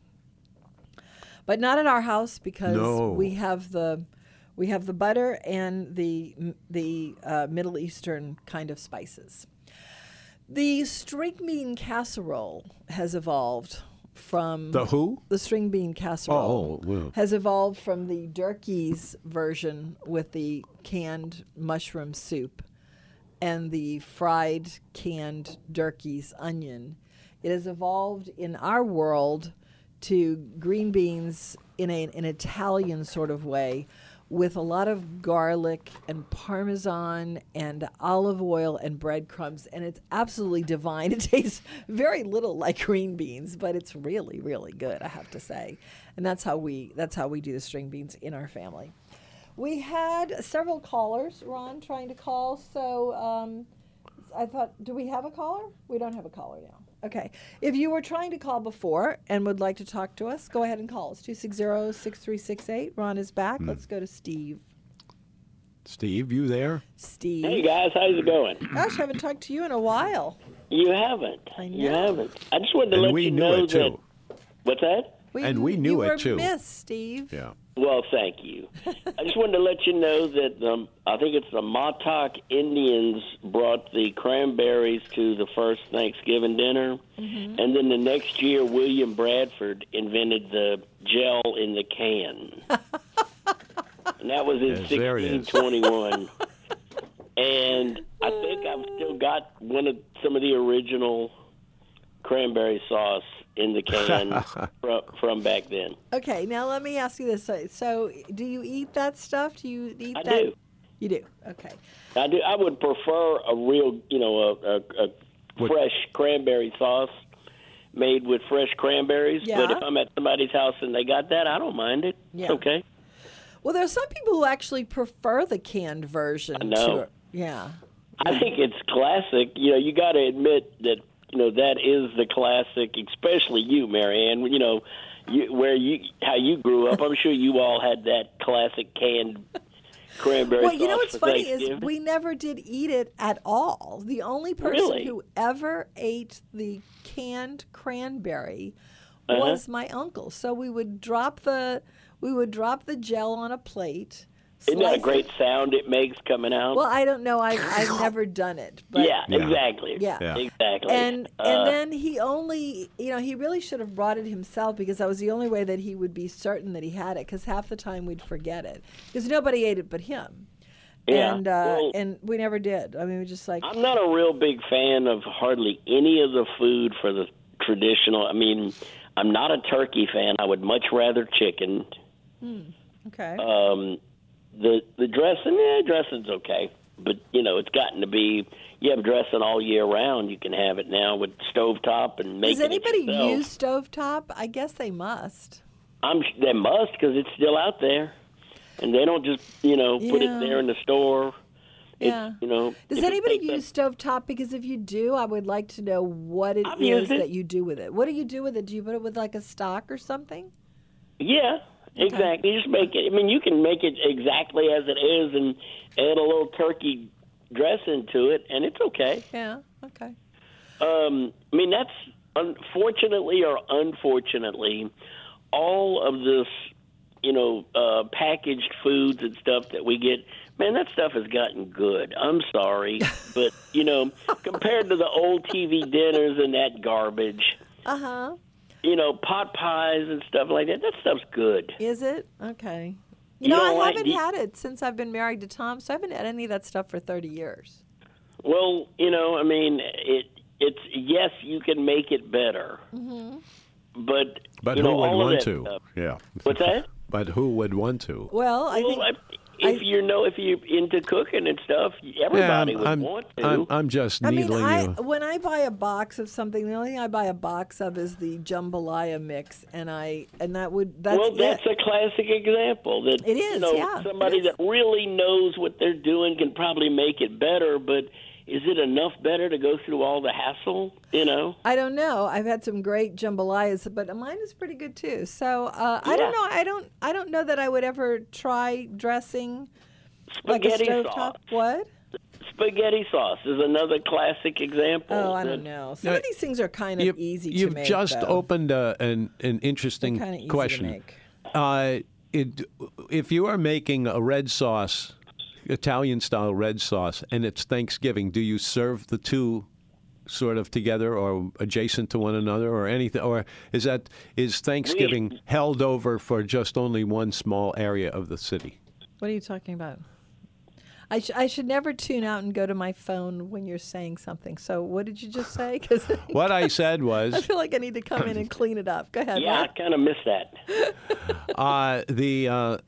Speaker 3: But not at our house because
Speaker 2: No.
Speaker 3: we have the we have the butter and the the uh, Middle Eastern kind of spices. The string bean casserole has evolved from
Speaker 2: the who?
Speaker 3: the string bean casserole
Speaker 2: Oh, well.
Speaker 3: has evolved from the Durkey's version with the canned mushroom soup and the fried canned Durkey's onion. It has evolved in our world to green beans in a, an Italian sort of way with a lot of garlic and parmesan and olive oil and breadcrumbs and it's absolutely divine it tastes very little like green beans but it's really really good i have to say and that's how we that's how we do the string beans in our family we had several callers ron trying to call so um, i thought do we have a caller we don't have a caller now Okay. If you were trying to call before and would like to talk to us, go ahead and call us 260 6368. Ron is back.
Speaker 2: Hmm.
Speaker 3: Let's go to Steve.
Speaker 2: Steve, you there?
Speaker 3: Steve.
Speaker 8: Hey guys, how's it going?
Speaker 3: Gosh, I haven't talked to you in a while.
Speaker 8: You haven't.
Speaker 3: I
Speaker 8: You
Speaker 3: know.
Speaker 8: haven't. I just wanted to
Speaker 2: And
Speaker 8: let
Speaker 2: we
Speaker 8: you
Speaker 2: knew
Speaker 8: know
Speaker 2: it, too.
Speaker 8: that. What's that?
Speaker 2: And we knew
Speaker 3: you
Speaker 2: it,
Speaker 3: were
Speaker 2: too.
Speaker 3: missed, Steve.
Speaker 2: Yeah.
Speaker 8: Well, thank you. I just wanted to let you know that the, I think it's the Montauk Indians brought the cranberries to the first Thanksgiving dinner, and then the next year William Bradford invented the gel in the can, and that was in
Speaker 2: Yes, there it is.
Speaker 8: 1621. and I think I've still got one of some of the original cranberry sauce in the can from, from back then.
Speaker 3: Okay, now let me ask you this. So, so do you eat that stuff? Do you eat
Speaker 8: I
Speaker 3: that?
Speaker 8: do.
Speaker 3: You do. Okay.
Speaker 8: I do. I would prefer a real, you know, a, a, a
Speaker 2: What-
Speaker 8: fresh cranberry sauce made with fresh cranberries.
Speaker 3: Yeah.
Speaker 8: But if I'm at somebody's house and they got that, I don't mind it. It's
Speaker 3: Yeah.
Speaker 8: okay.
Speaker 3: Well, there are some people who actually prefer the canned version.
Speaker 8: know.
Speaker 3: To, yeah.
Speaker 8: I think it's classic. You know, you got to admit that you know that is the classic, especially you, Marianne. You know, you, where you how you grew up. I'm sure you all had that classic canned cranberry
Speaker 3: Well,
Speaker 8: sauce.
Speaker 3: you know what's
Speaker 8: for
Speaker 3: funny is
Speaker 8: Thanksgiving.
Speaker 3: we never did eat it at all. The only person
Speaker 8: Really?
Speaker 3: who ever ate the canned cranberry
Speaker 8: Uh-huh.
Speaker 3: was my uncle. So we would drop the we would drop the gel on a plate.
Speaker 8: Isn't that
Speaker 3: slice
Speaker 8: a
Speaker 3: it-
Speaker 8: great sound it makes coming out?
Speaker 3: Well, I don't know. I I've never done it, but
Speaker 8: yeah,
Speaker 2: Yeah.
Speaker 8: exactly.
Speaker 3: Yeah.
Speaker 2: Yeah.
Speaker 8: exactly.
Speaker 3: and
Speaker 8: Uh,
Speaker 3: and then he only you know he really should have brought it himself because that was the only way that he would be certain that he had it because half the time we'd forget it because nobody ate it but him
Speaker 8: Yeah,
Speaker 3: and uh,
Speaker 8: well-
Speaker 3: and we never did i mean we just like
Speaker 8: I'm not a real big fan of hardly any of the food for the traditional. I mean, I'm not a turkey fan. I would much rather chicken.
Speaker 3: okay
Speaker 8: Um, the the dressing, yeah, dressing's okay, but you know, it's gotten to be you have dressing all year round. You can have it now with stovetop and making
Speaker 3: does anybody
Speaker 8: it yourself.
Speaker 3: use stovetop i guess they must
Speaker 8: I'm they must because it's still out there, and they don't just you know put
Speaker 3: Yeah.
Speaker 8: it there in the store. It's,
Speaker 3: Yeah.
Speaker 8: you know.
Speaker 3: does
Speaker 8: if it
Speaker 3: anybody
Speaker 8: takes up-
Speaker 3: use stovetop because if you do i would like to know what it is
Speaker 8: I've used it.
Speaker 3: that you do with it what do you do with it do you put it with like a stock or something
Speaker 8: Yeah, exactly. You just make it. I mean, you can make it exactly as it is and add a little turkey dressing to it, and it's okay.
Speaker 3: yeah okay
Speaker 8: Um, I mean, that's unfortunately or unfortunately, all of this, you know, uh, packaged foods and stuff that we get. Man, that stuff has gotten good. I'm sorry, but you know, compared to the old TV dinners and that garbage,
Speaker 3: uh-huh
Speaker 8: you know, pot pies and stuff like that. That stuff's good.
Speaker 3: Is it? Okay.
Speaker 8: You
Speaker 3: no,
Speaker 8: don't
Speaker 3: I
Speaker 8: like
Speaker 3: haven't
Speaker 8: the-
Speaker 3: had it since I've been married to Tom, so I haven't had any of that stuff for 30 years.
Speaker 8: Well, you know, I mean, it it's yes, you can make it better,
Speaker 3: Mm-hmm.
Speaker 8: but
Speaker 2: But
Speaker 8: you
Speaker 2: who
Speaker 8: know,
Speaker 2: would
Speaker 8: all of
Speaker 2: want
Speaker 8: that
Speaker 2: to?
Speaker 8: stuff.
Speaker 2: Yeah.
Speaker 8: What's that?
Speaker 2: But who would want to?
Speaker 3: Well, I
Speaker 8: well,
Speaker 3: think.
Speaker 8: I if
Speaker 3: I-
Speaker 8: you know if you're into cooking and stuff, everybody
Speaker 2: yeah,
Speaker 8: would
Speaker 2: I'm,
Speaker 8: want to.
Speaker 2: I'm, I'm just
Speaker 3: I mean,
Speaker 2: needling
Speaker 3: I,
Speaker 2: you.
Speaker 3: when I buy a box of something, the only thing I buy a box of is the jambalaya mix, and I and that would that's
Speaker 8: well, that's
Speaker 3: it.
Speaker 8: a classic example that
Speaker 3: It is,
Speaker 8: you know,
Speaker 3: yeah,
Speaker 8: somebody
Speaker 3: it is.
Speaker 8: that really knows what they're doing can probably make it better, but is it enough better to go through all the hassle? You know,
Speaker 3: I don't know. I've had some great jambalayas, but mine is pretty good too. So uh, I don't
Speaker 8: Yeah.
Speaker 3: know. I don't. I don't know that I would ever try dressing like a
Speaker 8: spaghetti sauce.
Speaker 3: stovetop. What?
Speaker 8: Spaghetti sauce is another classic example.
Speaker 3: Oh, I
Speaker 8: that-
Speaker 3: don't know. Some
Speaker 2: Yeah,
Speaker 3: of these things are kind of
Speaker 2: You've-
Speaker 3: easy to
Speaker 2: You've
Speaker 3: make.
Speaker 2: just
Speaker 3: though.
Speaker 2: opened a, an an interesting
Speaker 3: Kinda easy to
Speaker 2: question.
Speaker 3: make.
Speaker 2: Uh, it, if you are making a red sauce, Italian style red sauce, and it's Thanksgiving, do you serve the two sort of together or adjacent to one another or anything, or is that is Thanksgiving held over for just only one small area of the city?
Speaker 3: What are you talking about? I, sh- I should never tune out and go to my phone when you're saying something. So what did you just say? 'Cause
Speaker 2: What I said
Speaker 3: I
Speaker 2: was
Speaker 3: feel like I need to come in and clean it up. Go ahead.
Speaker 8: Yeah, I
Speaker 3: Matt.
Speaker 8: kind of missed that.
Speaker 2: uh, the uh, uh,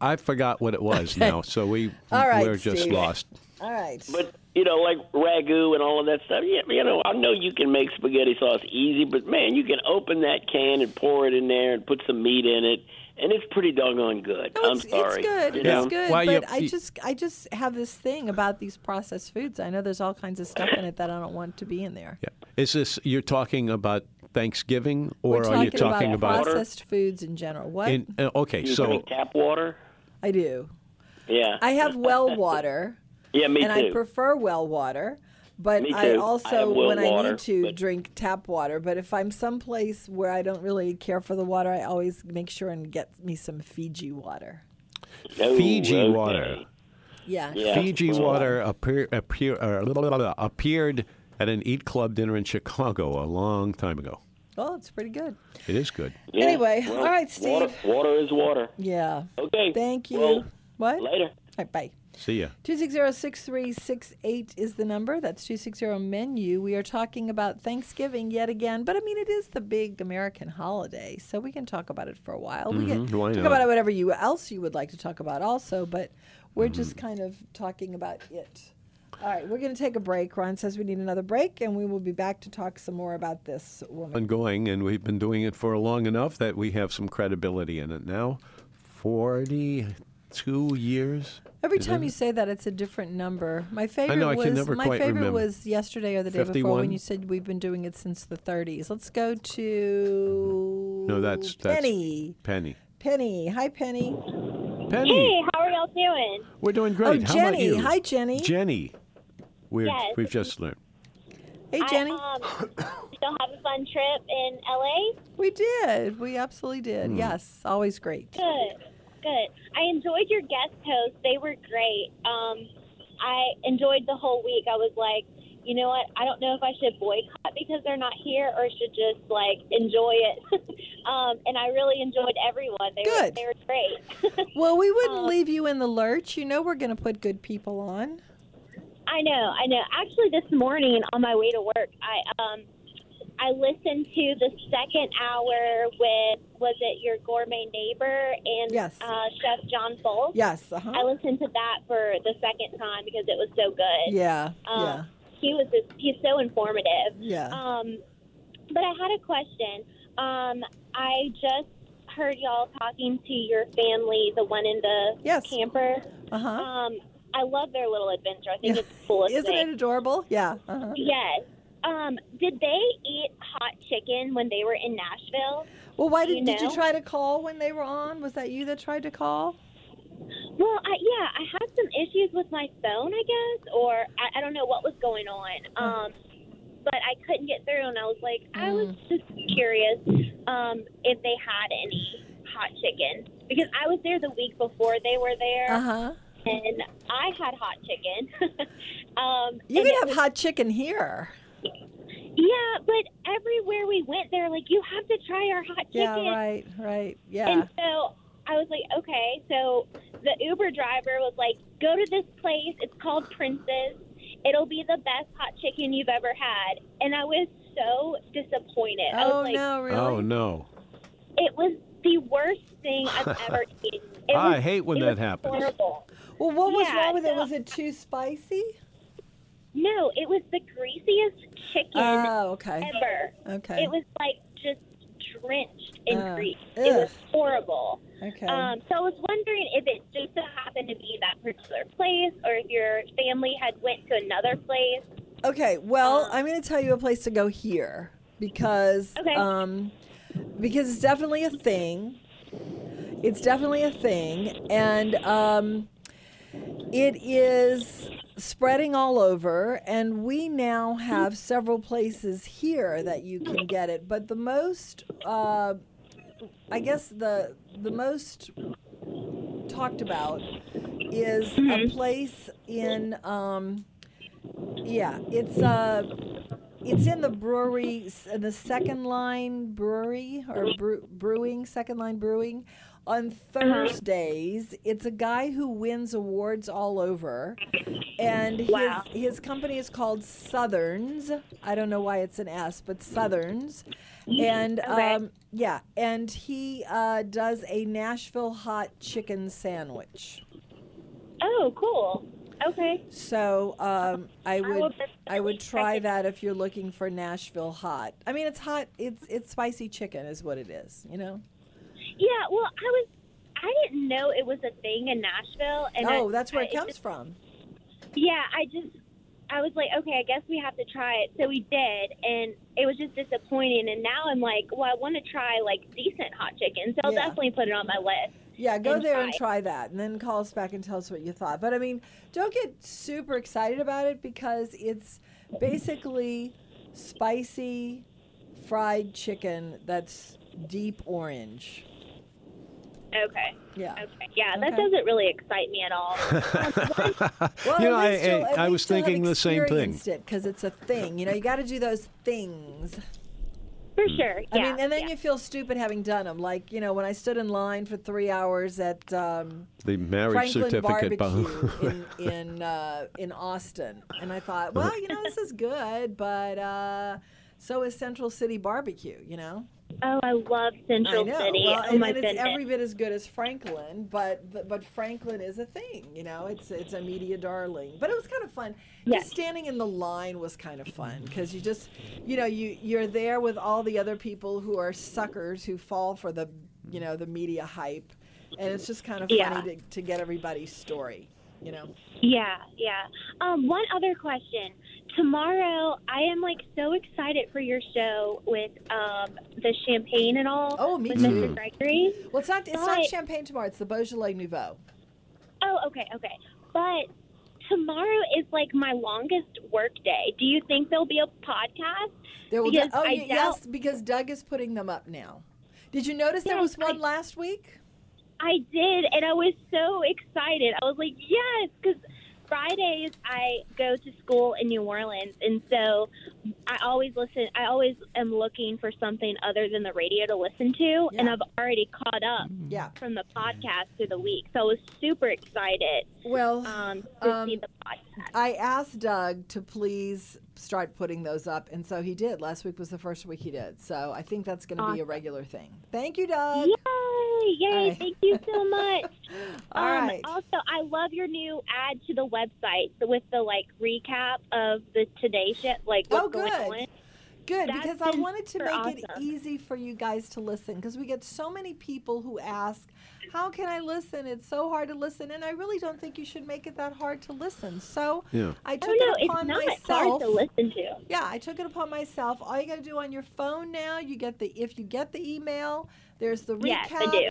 Speaker 2: I forgot what it was now, so we
Speaker 3: All right,
Speaker 2: we're just
Speaker 3: Steve.
Speaker 2: lost.
Speaker 3: All right.
Speaker 8: But you know, like ragu and all of that stuff. Yeah, you know, I know you can make spaghetti sauce easy, but man, you can open that can and pour it in there and put some meat in it, and it's pretty doggone good.
Speaker 3: No,
Speaker 8: I'm
Speaker 3: it's,
Speaker 8: sorry.
Speaker 3: It's good.
Speaker 8: you
Speaker 3: It's
Speaker 8: know?
Speaker 3: good.
Speaker 2: Well, you-
Speaker 3: but I
Speaker 2: you-
Speaker 3: just I just have this thing about these processed foods. I know there's all kinds of stuff in it that I don't want to be in there.
Speaker 2: Yeah. Is this you're talking about Thanksgiving,
Speaker 3: We're
Speaker 2: or
Speaker 3: talking
Speaker 2: are you talking
Speaker 3: about
Speaker 2: about?
Speaker 3: processed foods in general? What
Speaker 2: in, uh, okay,
Speaker 8: You
Speaker 2: so
Speaker 8: drink tap water.
Speaker 3: I do.
Speaker 8: Yeah.
Speaker 3: I have well water,
Speaker 8: yeah, me
Speaker 3: and
Speaker 8: too.
Speaker 3: I prefer well water. But
Speaker 8: Me
Speaker 3: I
Speaker 8: too. I have
Speaker 3: also,
Speaker 8: well
Speaker 3: when I
Speaker 8: water,
Speaker 3: need to,
Speaker 8: but-
Speaker 3: drink tap water. But if I'm someplace where I don't really care for the water, I always make sure and get me some Fiji water.
Speaker 8: Oh,
Speaker 2: Fiji
Speaker 8: okay.
Speaker 2: water.
Speaker 3: Yeah.
Speaker 8: Yeah.
Speaker 2: Fiji
Speaker 8: well,
Speaker 2: water appear, appear, uh, blah, blah, blah, blah, appeared at an Eat Club dinner in Chicago a long time ago.
Speaker 3: Oh, it's pretty good.
Speaker 2: It is good.
Speaker 8: yeah,
Speaker 3: Anyway,
Speaker 8: well,
Speaker 3: all right, Steve.
Speaker 8: Water, water is water.
Speaker 3: Yeah.
Speaker 8: Okay.
Speaker 3: Thank you.
Speaker 8: Well,
Speaker 3: what? All
Speaker 8: later.
Speaker 3: right, bye.
Speaker 2: See ya.
Speaker 3: 260-6368 is the number. That's 260-MENU. We are talking about Thanksgiving yet again, but I mean, it is the big American holiday, so we can talk about it for a while. We can
Speaker 2: Mm-hmm. why
Speaker 3: talk
Speaker 2: not?
Speaker 3: about whatever you else you would like to talk about also, but we're
Speaker 2: Mm-hmm.
Speaker 3: just kind of talking about it. All right, we're going to take a break. Ron says we need another break, and we will be back to talk some more about this woman.
Speaker 2: Ongoing, and we've been doing it for long enough that we have some credibility in it now. 42 years?
Speaker 3: Every time you say that, it's a different number. My favorite
Speaker 2: know, I
Speaker 3: was
Speaker 2: can never
Speaker 3: my
Speaker 2: quite
Speaker 3: favorite
Speaker 2: remember.
Speaker 3: was yesterday or the day before
Speaker 2: 51?
Speaker 3: when you said we've been doing it since the 30s. Let's go to
Speaker 2: Mm-hmm. No, that's, that's
Speaker 3: Penny.
Speaker 2: Penny.
Speaker 3: Penny, hi Penny.
Speaker 2: Penny,
Speaker 4: Hey, how are y'all doing?
Speaker 2: we're doing
Speaker 3: Oh,
Speaker 2: great. How about
Speaker 3: Jenny,
Speaker 2: you?
Speaker 3: hi Jenny.
Speaker 2: Jenny. We're,
Speaker 4: Yes.
Speaker 2: We've just learned.
Speaker 3: hey Jenny,
Speaker 4: I, um, still have a fun trip in LA.
Speaker 3: we did. We absolutely
Speaker 2: Hmm.
Speaker 3: did. Yes, always great.
Speaker 4: Good, good. I enjoyed your guest hosts. They were great. Um, I enjoyed the whole week. I was like, you know what? I don't know if I should boycott because they're not here, or should just like enjoy it. um, and I really enjoyed everyone. They were
Speaker 3: Good.
Speaker 4: they were great.
Speaker 3: Well, we wouldn't leave you in the lurch. You know we're going to put good people on.
Speaker 4: I know, I know. Actually, this morning on my way to work, I um, I listened to the second hour with was it your gourmet neighbor and
Speaker 3: Yes.
Speaker 4: uh, Chef John Foles.
Speaker 3: Yes,
Speaker 4: I
Speaker 3: uh-huh.
Speaker 4: listened to that for the second time because it was so good.
Speaker 3: Yeah.
Speaker 4: Um,
Speaker 3: Yeah.
Speaker 4: He was just, he's so informative.
Speaker 3: Yeah.
Speaker 4: Um, but I had a question. Um, I just heard y'all talking to your family, the one in the
Speaker 3: Yes.
Speaker 4: camper.
Speaker 3: Uh-huh.
Speaker 4: Um, I love their little adventure. I think
Speaker 3: Yeah.
Speaker 4: it's the coolest
Speaker 3: Isn't
Speaker 4: thing.
Speaker 3: it adorable? Yeah. Uh-huh.
Speaker 4: Yes. Um, did they eat hot chicken when they were in Nashville?
Speaker 3: Well, why
Speaker 4: Do
Speaker 3: did,
Speaker 4: you
Speaker 3: did you
Speaker 4: know?
Speaker 3: try to call when they were on? Was that you that tried to call?
Speaker 4: Well, I, yeah, I had some issues with my phone, I guess, or I, I don't know what was going on.
Speaker 3: Hmm.
Speaker 4: Um, but I couldn't get through, and I was like, I was
Speaker 3: Hmm.
Speaker 4: just curious um, if they had any hot chicken because I was there the week before they were there,
Speaker 3: Uh huh.
Speaker 4: and I had hot chicken. um,
Speaker 3: You can
Speaker 4: and it
Speaker 3: have
Speaker 4: was-
Speaker 3: hot chicken here.
Speaker 4: yeah, but everywhere we went, they're like, you have to try our hot
Speaker 3: Yeah,
Speaker 4: chicken.
Speaker 3: right, right. Yeah.
Speaker 4: And so I was like, okay. So the Uber driver was like, go to this place. It's called Prince's. It'll be the best hot chicken you've ever had. And I was so disappointed. I
Speaker 3: oh
Speaker 4: was like,
Speaker 3: no, really?
Speaker 2: Oh, no.
Speaker 4: it was the worst thing I've ever eaten. It
Speaker 2: I
Speaker 4: was-
Speaker 2: hate when
Speaker 4: it
Speaker 2: that
Speaker 4: was
Speaker 2: happens.
Speaker 4: Horrible.
Speaker 3: Well, what was
Speaker 4: Yeah,
Speaker 3: wrong with it?
Speaker 4: so-
Speaker 3: Was it too spicy?
Speaker 4: No, it was the greasiest chicken
Speaker 3: Oh, okay.
Speaker 4: ever.
Speaker 3: Okay.
Speaker 4: It was like just drenched in
Speaker 3: Oh,
Speaker 4: grease. It was
Speaker 3: ugh.
Speaker 4: horrible.
Speaker 3: Okay.
Speaker 4: Um, so I was wondering if it just so happened to be that particular place, or if your family had went to another place.
Speaker 3: okay. Well, I'm going to tell you a place to go here because
Speaker 4: Okay.
Speaker 3: um, because it's definitely a thing. It's definitely a thing, and um, it is spreading all over. And we now have several places here that you can get it. But the most, uh, I guess, the the most talked about is a place in um, yeah, it's uh, it's in the brewery, s- in the second line brewery or brew, brewing, second line brewing. On Thursdays, it's a guy who wins awards all over, and
Speaker 4: Wow.
Speaker 3: his his company is called Southerns. I don't know why it's an S, but Southerns, and
Speaker 4: Okay.
Speaker 3: um, yeah, and he uh, does a Nashville hot chicken sandwich.
Speaker 4: Oh, cool. Okay.
Speaker 3: So um, I
Speaker 4: will
Speaker 3: would
Speaker 4: definitely
Speaker 3: I would
Speaker 4: check
Speaker 3: try
Speaker 4: it
Speaker 3: that if you're looking for Nashville hot. I mean, it's hot. It's it's spicy chicken is what it is. You know.
Speaker 4: Yeah, well, I was. I didn't know it was a thing in Nashville. And
Speaker 3: oh,
Speaker 4: I-
Speaker 3: that's where
Speaker 4: I-
Speaker 3: it comes
Speaker 4: just-
Speaker 3: from.
Speaker 4: Yeah, I just. I was like, okay, I guess we have to try it. So we did, and it was just disappointing. And now I'm like, well, I want to try like decent hot chicken, so I'll
Speaker 3: Yeah.
Speaker 4: definitely put it on my list.
Speaker 3: Yeah, go
Speaker 4: and
Speaker 3: there and try
Speaker 4: try.
Speaker 3: that, and then call us back and tell us what you thought. But I mean, don't get super excited about it because it's basically spicy fried chicken that's deep orange.
Speaker 4: Okay.
Speaker 3: Yeah.
Speaker 4: Okay. Yeah, that
Speaker 3: Okay.
Speaker 4: doesn't really excite me at all.
Speaker 3: Well,
Speaker 2: you
Speaker 3: at
Speaker 2: know, I,
Speaker 3: least you'll-
Speaker 2: I,
Speaker 3: at
Speaker 2: I
Speaker 3: least
Speaker 2: was
Speaker 3: you'll have
Speaker 2: thinking the same thing.
Speaker 3: experienced It because it's a thing. You know, you got to do those things.
Speaker 4: For sure. Yeah.
Speaker 3: I mean, and then
Speaker 4: yeah.
Speaker 3: you feel stupid having done them. Like you know, when I stood in line for three hours at um,
Speaker 2: The marriage
Speaker 3: Franklin
Speaker 2: certificate.
Speaker 3: Barbecue in in, uh, in Austin, and I thought, well, you know, this is good, but uh, so is Central City Barbecue. You know,
Speaker 4: Oh, I love
Speaker 3: I
Speaker 4: Central
Speaker 3: know.
Speaker 4: City.
Speaker 3: Well,
Speaker 4: oh
Speaker 3: and,
Speaker 4: my
Speaker 3: and it's
Speaker 4: goodness.
Speaker 3: every bit as good as Franklin, but th- but Franklin is a thing. You know, it's it's a media darling. But it was kind of fun.
Speaker 4: Yes.
Speaker 3: Just standing in the line was kind of fun because you just you know you you're there with all the other people who are suckers who fall for the you know the media hype, and it's just kind of
Speaker 4: Yeah.
Speaker 3: funny to, to get everybody's story. You know.
Speaker 4: Yeah, yeah. Um, one other question. Tomorrow, I am like so excited for your show with um, the champagne and all.
Speaker 3: Oh, me
Speaker 4: with
Speaker 3: too.
Speaker 4: Mr. Gregory.
Speaker 3: Well, it's not it's not
Speaker 4: Right.
Speaker 3: champagne tomorrow. It's the Beaujolais Nouveau.
Speaker 4: Oh, okay, okay. But tomorrow is like my longest work day. Do you think there'll be a podcast?
Speaker 3: There will
Speaker 4: Because
Speaker 3: oh
Speaker 4: I
Speaker 3: y-
Speaker 4: doubt-
Speaker 3: yes because Doug is putting them up now. Did you notice there
Speaker 4: Yes,
Speaker 3: was one
Speaker 4: I-
Speaker 3: last week?
Speaker 4: I did, and I was so excited. I was like, yes, because Fridays I go to school in New Orleans, and so I always listen. I always am looking for something other than the radio to listen to,
Speaker 3: Yeah.
Speaker 4: and
Speaker 3: Mm.
Speaker 4: I've already caught up
Speaker 3: Yeah.
Speaker 4: from the podcast through the week. So I was super excited
Speaker 3: Well,
Speaker 4: um, to
Speaker 3: Um,
Speaker 4: see the podcast.
Speaker 3: I asked Doug to please start putting those up, and so he did. Last week was the first week he did, so I think that's going to be a regular thing. Thank you, Doug.
Speaker 4: Yay! Yay!
Speaker 3: Alright.
Speaker 4: Thank you so much.
Speaker 3: All
Speaker 4: um,
Speaker 3: right.
Speaker 4: Also, I love your new ad to the website with the like recap of the Today Show, like what's
Speaker 3: Oh,
Speaker 4: going
Speaker 3: good.
Speaker 4: on.
Speaker 3: Good,
Speaker 4: That's
Speaker 3: because I
Speaker 4: been
Speaker 3: wanted to make
Speaker 4: super
Speaker 3: it
Speaker 4: awesome.
Speaker 3: easy for you guys to listen because we get so many people who ask, How can I listen? It's so hard to listen. And I really don't think you should make it that hard to listen. So
Speaker 2: Yeah.
Speaker 3: I took
Speaker 4: Oh no,
Speaker 3: it
Speaker 4: it's
Speaker 3: upon
Speaker 4: not
Speaker 3: myself.
Speaker 4: hard to listen to.
Speaker 3: Yeah, I took it upon myself. All you got to do on your phone now, you get the if you get the email, there's the recap,
Speaker 4: Yes, I do.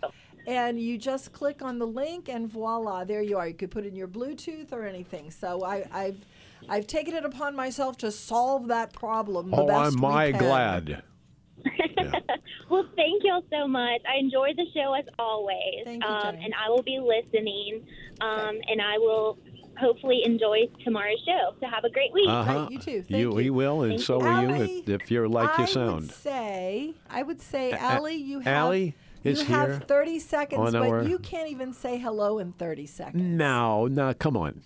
Speaker 3: and you just click on the link, and voila, there you are. You could put in your Bluetooth or anything. So I, I've I've taken it upon myself to solve that problem. The
Speaker 2: oh,
Speaker 3: best
Speaker 2: am
Speaker 3: we
Speaker 2: I
Speaker 3: can.
Speaker 2: glad.
Speaker 4: Well, thank y'all so much. I enjoy the show as always,
Speaker 3: Thank you,
Speaker 4: um,
Speaker 3: Jenny.
Speaker 4: and I will be listening, um, and I will hopefully enjoy tomorrow's show. So have a great week.
Speaker 2: Uh-huh.
Speaker 3: you too. Thank
Speaker 2: You,
Speaker 3: you.
Speaker 2: we will, and
Speaker 4: Thank
Speaker 2: so will you
Speaker 3: Allie,
Speaker 2: if, if you're like
Speaker 3: I
Speaker 2: you sound.
Speaker 3: Would say, I would say, Allie, you have
Speaker 2: Allie is
Speaker 3: you have
Speaker 2: here Oh,
Speaker 3: 30 seconds,
Speaker 2: on
Speaker 3: but
Speaker 2: our-
Speaker 3: you can't even say hello in 30 seconds.
Speaker 2: No, no, come on.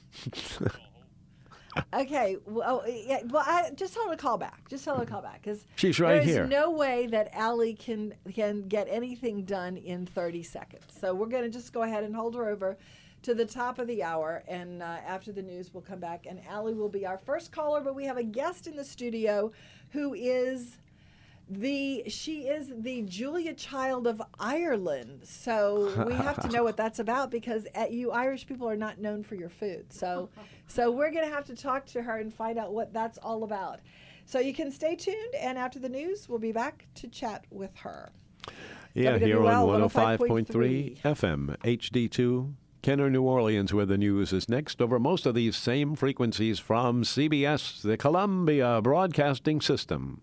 Speaker 3: Okay. Well, oh, yeah, well I, just tell her to call back. Just tell her to call back because
Speaker 2: She's right here.
Speaker 3: There's no way that Allie can can get anything done in 30 seconds. So we're going to just go ahead and hold her over to the top of the hour, and uh, after the news, we'll come back, and Allie will be our first caller. But we have a guest in the studio who is the she is the Julia Child of Ireland. So we have to know what that's about because uh you Irish people are not known for your food. So so we're going to have to talk to her and find out what that's all about. So you can stay tuned and after the news we'll be back to chat with her.
Speaker 2: Yeah, here
Speaker 3: WWL
Speaker 2: on
Speaker 3: 105.3
Speaker 2: 105.3 FM HD2. Kenner, New Orleans, where the news is next over most of these same frequencies from CBS, the Columbia Broadcasting System.